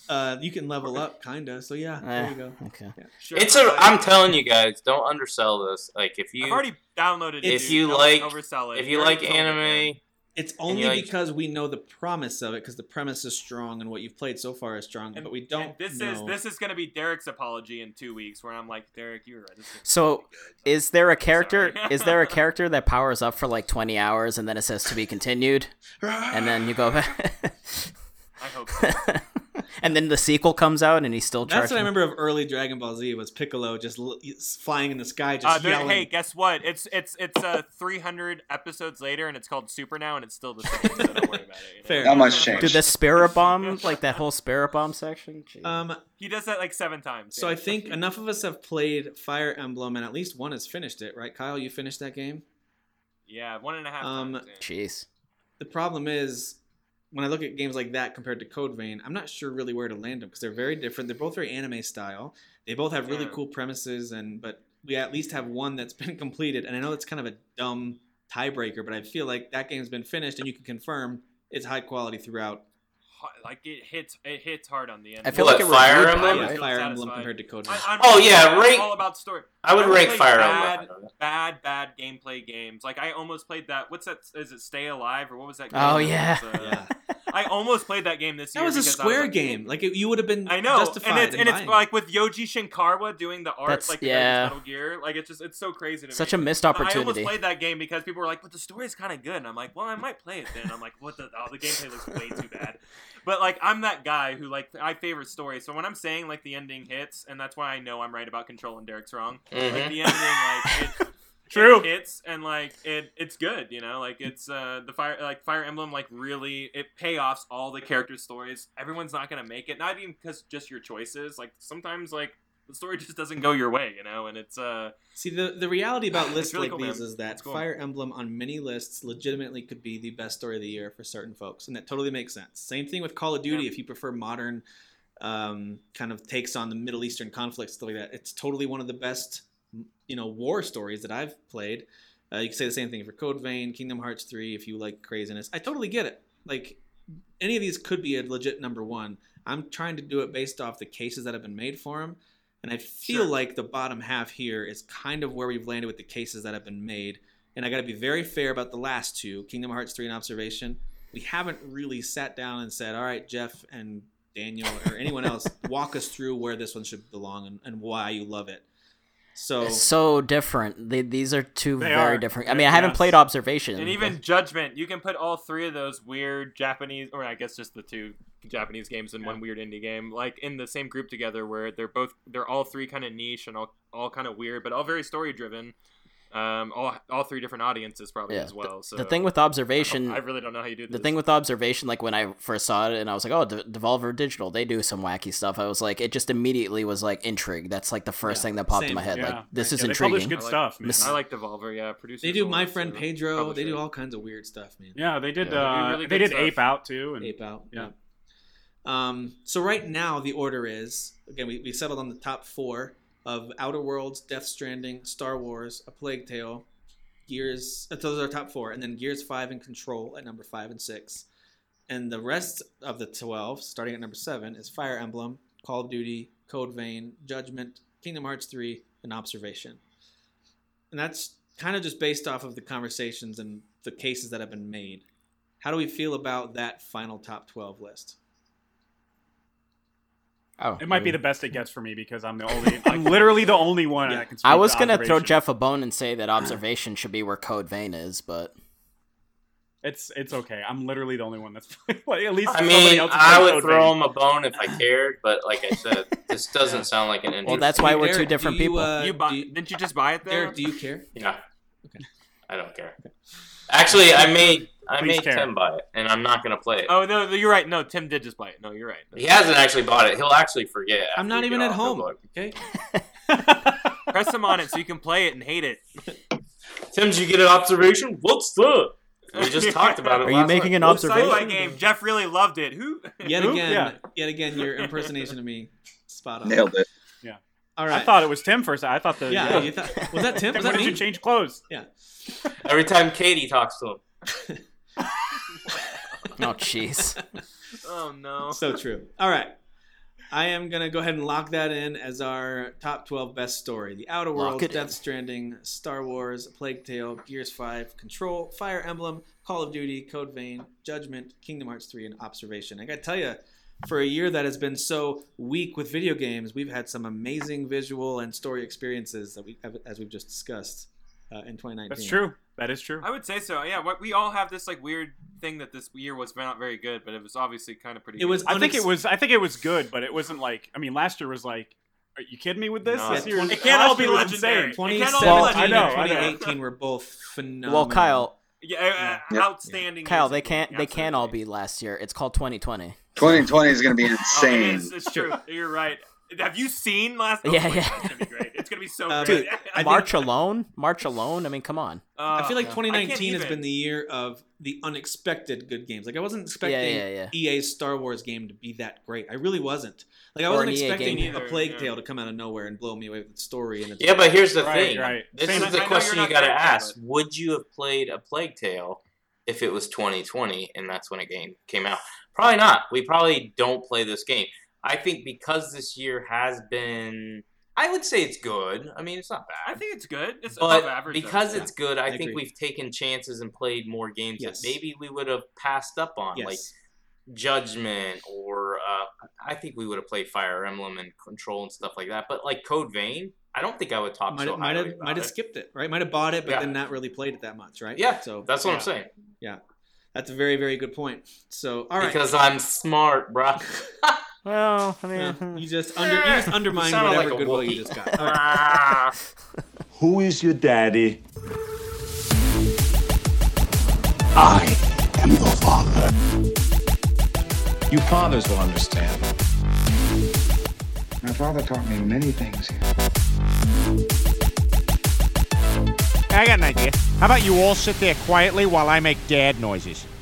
Uh, you can level up, kinda. So yeah, there Eh, you go. Okay. It's a. I'm telling you guys, don't undersell this. Like if you I've already downloaded it. if dude. you Don't like oversell it. if you already like told me, man. anime, It's And only you like- because we know the promise of it, because the premise is strong and what you've played so far is strong, but we don't. And this know. is this is gonna be Derek's apology in two weeks, where I'm like, Derek, you were right. This is So, is there a character? is there a character that powers up for like twenty hours and then it says to be continued, and then you go back? I hope. and then the sequel comes out and he's still charging. That's what I remember of early Dragon Ball Z was Piccolo just l- flying in the sky, Uh, just there- yelling. hey, guess what? It's it's it's uh, 300 episodes later, and it's called Super now, and it's still the same. So don't worry about it. Fair. Not much change. Dude, the spirit bomb, like that whole spirit bomb section. Jeez. Um, He does that like seven times. so yeah. I think enough of us have played Fire Emblem, and at least one has finished it, right? Kyle, you finished that game. Yeah, one and a half. Um, times, yeah. Jeez. The problem is when I look at games like that compared to Code Vein, I'm not sure really where to land them because they're very different. They're both very anime style. They both have really Yeah. cool premises, and but we at least have one that's been completed. And I know it's kind of a dumb tiebreaker, but I feel like that game's been finished, and you can confirm it's high quality throughout. Ho- like it hits it hits hard on the end. I feel What, like it Fire reviewed Emblem? by, Yeah, right? feel Fire satisfied. Emblem compared to Code Vein. I, I'm, Oh, yeah, I'm rank- all about story. I would I rank play Fire bad, Emblem. Bad, bad gameplay games. Like I almost played that. What's that? Is it Stay Alive or what was that? game? Oh that yeah. was, uh, I almost played that game this That year. was a because I square like, game. Like it, you would have been I know, justified and it's in and it's buying it. like with Yoji Shinkawa doing the art, That's- like the guy who does yeah. Metal Gear. Like it's just it's so crazy to Such a me. missed I almost opportunity. played that game because people were like, "But the story's kind of good," and I'm like, "Well, I might play it then." I'm like, "What the? Oh, the gameplay looks way too bad." But like, I'm that guy who like I favor story. So when I'm saying like the ending hits, and that's why I know I'm right about Control and Derek's wrong. Like Mm-hmm. Mhm. the ending, like it, True. it hits and like it, it's good. You know, like it's uh the fire like Fire Emblem like really it payoffs all the character stories. Everyone's not gonna make it, not even because just your choices. Like sometimes like the story just doesn't go your way. You know, and it's uh See the the reality about It's lists really like cool, these man. is that It's cool. Fire Emblem on many lists legitimately could be the best story of the year for certain folks, and that totally makes sense. Same thing with Call of Duty. Yeah. If you prefer modern um, kind of takes on the Middle Eastern conflicts, stuff like that, it's totally one of the best you know war stories that I've played. Uh, you can say the same thing for Code Vein, Kingdom Hearts three. If you like craziness, I totally get it. Like any of these could be a legit number one. I'm trying to do it based off the cases that have been made for them. And I feel Sure. like the bottom half here is kind of where we've landed with the cases that have been made. And I got to be very fair about the last two Kingdom Hearts 3 and Observation. We haven't really sat down and said, all right, Jeff and Daniel or anyone else, walk us through where this one should belong and, and why you love it. Oh. So, It's so different. They, these are two They very are. different. I mean, I haven't Yes. played Observation. and even Judgment. You can put all three of those weird Japanese, or I guess just the two Japanese games and one weird indie game, like in the same group together, where they're both they're all three kind of niche and all all kind of weird, but all very story driven. Um, all all three different audiences probably Yeah. as well. So the thing with I Observation, don't- I really don't know how you do the this. thing with Observation, like when I first saw it and I was like, oh, De- Devolver Digital, they do some wacky stuff. I was like, it just immediately was like intrigue. That's like the first Yeah. thing that popped Same. in my head. Yeah. Like, this is Yeah, they publish intriguing. good I like- stuff, man. Miss- I like Devolver, yeah. Producers they do a My lot, Friend so Pedro. They publishing. do all kinds of weird stuff, man. Yeah, they did. Yeah. They Uh, do they, really good did stuff. Ape Out too, and Ape out. Yeah. Um, so right now the order is again we, we settled on the top four of Outer Worlds, Death Stranding, Star Wars, A Plague Tale, Gears. uh, Those are our top four, and then Gears Five and Control at number five and six, and the rest of the twelve, starting at number seven, is Fire Emblem, Call of Duty, Code Vein, Judgment, Kingdom Hearts Three, and Observation. And that's kind of just based off of the conversations and the cases that have been made. How do we feel about that final top twelve list? Oh, it might be the best it gets for me because I'm the only. I'm literally the only one that can. Speak I was to gonna throw observation. Jeff a bone and say that Observation should be where Code Vein is, but It's it's okay. I'm literally the only one that's. Like, at least I somebody mean, else is I playing would Code throw Vein. him a bone if I cared, but like I said, this doesn't sound like an interesting. well, that's why we're Derek, two do different you, people. uh, you buy, do you- didn't you just buy it there? Derek, do you care? yeah. I don't care. Actually, I made I Please made care. Tim buy it, and I'm not gonna play it. Oh no, no, you're right. No, Tim did just buy it. No, you're right. He hasn't actually bought it. He'll actually forget. I'm after not we even get at off the home. book. Okay. Press him on it so you can play it and hate it. Tim, did you get an observation? What's up? We just talked about it. Are you last making night. an What's up? observation? Sci-fi game. Jeff really loved it. Who? Yet Who? again, Yeah. yet again, your impersonation of me, spot on. Nailed it. Yeah. All right. I thought it was Tim first. I thought the Yeah, you thought- was that Tim? Was Why that did me? you change clothes? Yeah. Every time Katie talks to him. Oh, jeez. Oh no. So true. All right. I am going to go ahead and lock that in as our top 12 best story. The Outer Lock Worlds, it in. Death Stranding, Star Wars, Plague Tale, Gears 5, Control, Fire Emblem, Call of Duty, Code Vein, Judgment, Kingdom Hearts 3, and Observation. I got to tell you, for a year that has been so weak with video games, we've had some amazing visual and story experiences that we, as we've just discussed uh, in 2019. That's true. That is true. I would say so. Yeah, what- we all have this like weird thing that this year was not very good, but it was obviously kind of pretty. It was Good. I think it was. I think it was good, but it wasn't like. I mean, last year was like. Are you kidding me with this? No. This Yeah, year- twenty- it can't all last be year was legendary. insane. It can't 2017 all be I know, and I know. 2018 were both phenomenal. Well, Kyle, Yeah, uh, Yep. outstanding. Kyle, years they of can't gaming, they can't all absolutely. be last year. It's called 2020. 2020 is going to be Oh, it insane. is. It's true. You're right. Have you seen last? Oh Yeah, my yeah. God, it's gonna be great. It's gonna be so Uh, great. dude, Uh, I think- March alone, March alone. I mean, come on. I feel like yeah. I 2019 can't has even. been the year of the unexpected good games. Like I wasn't expecting yeah, yeah. EA's Star Wars game to be that great. I really wasn't. Like I Or wasn't an EA expecting game. a Plague Yeah. Tale to come out of nowhere and blow me away with its story. And its Yeah, but here's the Right, thing. right. This Same is as- the I know question you're you not got to gonna- ask. Would you have played a Plague Tale if it was 2020 and that's when a game came out? Probably not. We probably don't play this game. I think because this year has been, I would say it's good. I mean, it's not I bad. think it's good. It's above But average. because though. it's good, I, I think agree. we've taken chances and played more games Yes. that maybe we would have passed up on, yes, like Judgment, or uh, I think we would have played Fire Emblem and Control and stuff like that. But like Code Vein, I don't think I would talk might so have might highly have about might have it. skipped it, right? Might have bought it, but Yeah. then not really played it that much, right? Yeah, So That's what Yeah. I'm saying. that's a very very good point. So all right, Because I'm smart, bro. Well, I Yeah, mean, you just under you just undermined sounded whatever like a goodwill you just Wookiee. got. All right. That's Who is your daddy? You fathers will understand. My father taught me many things here. I got an idea. How about you all sit there quietly while I make dad noises?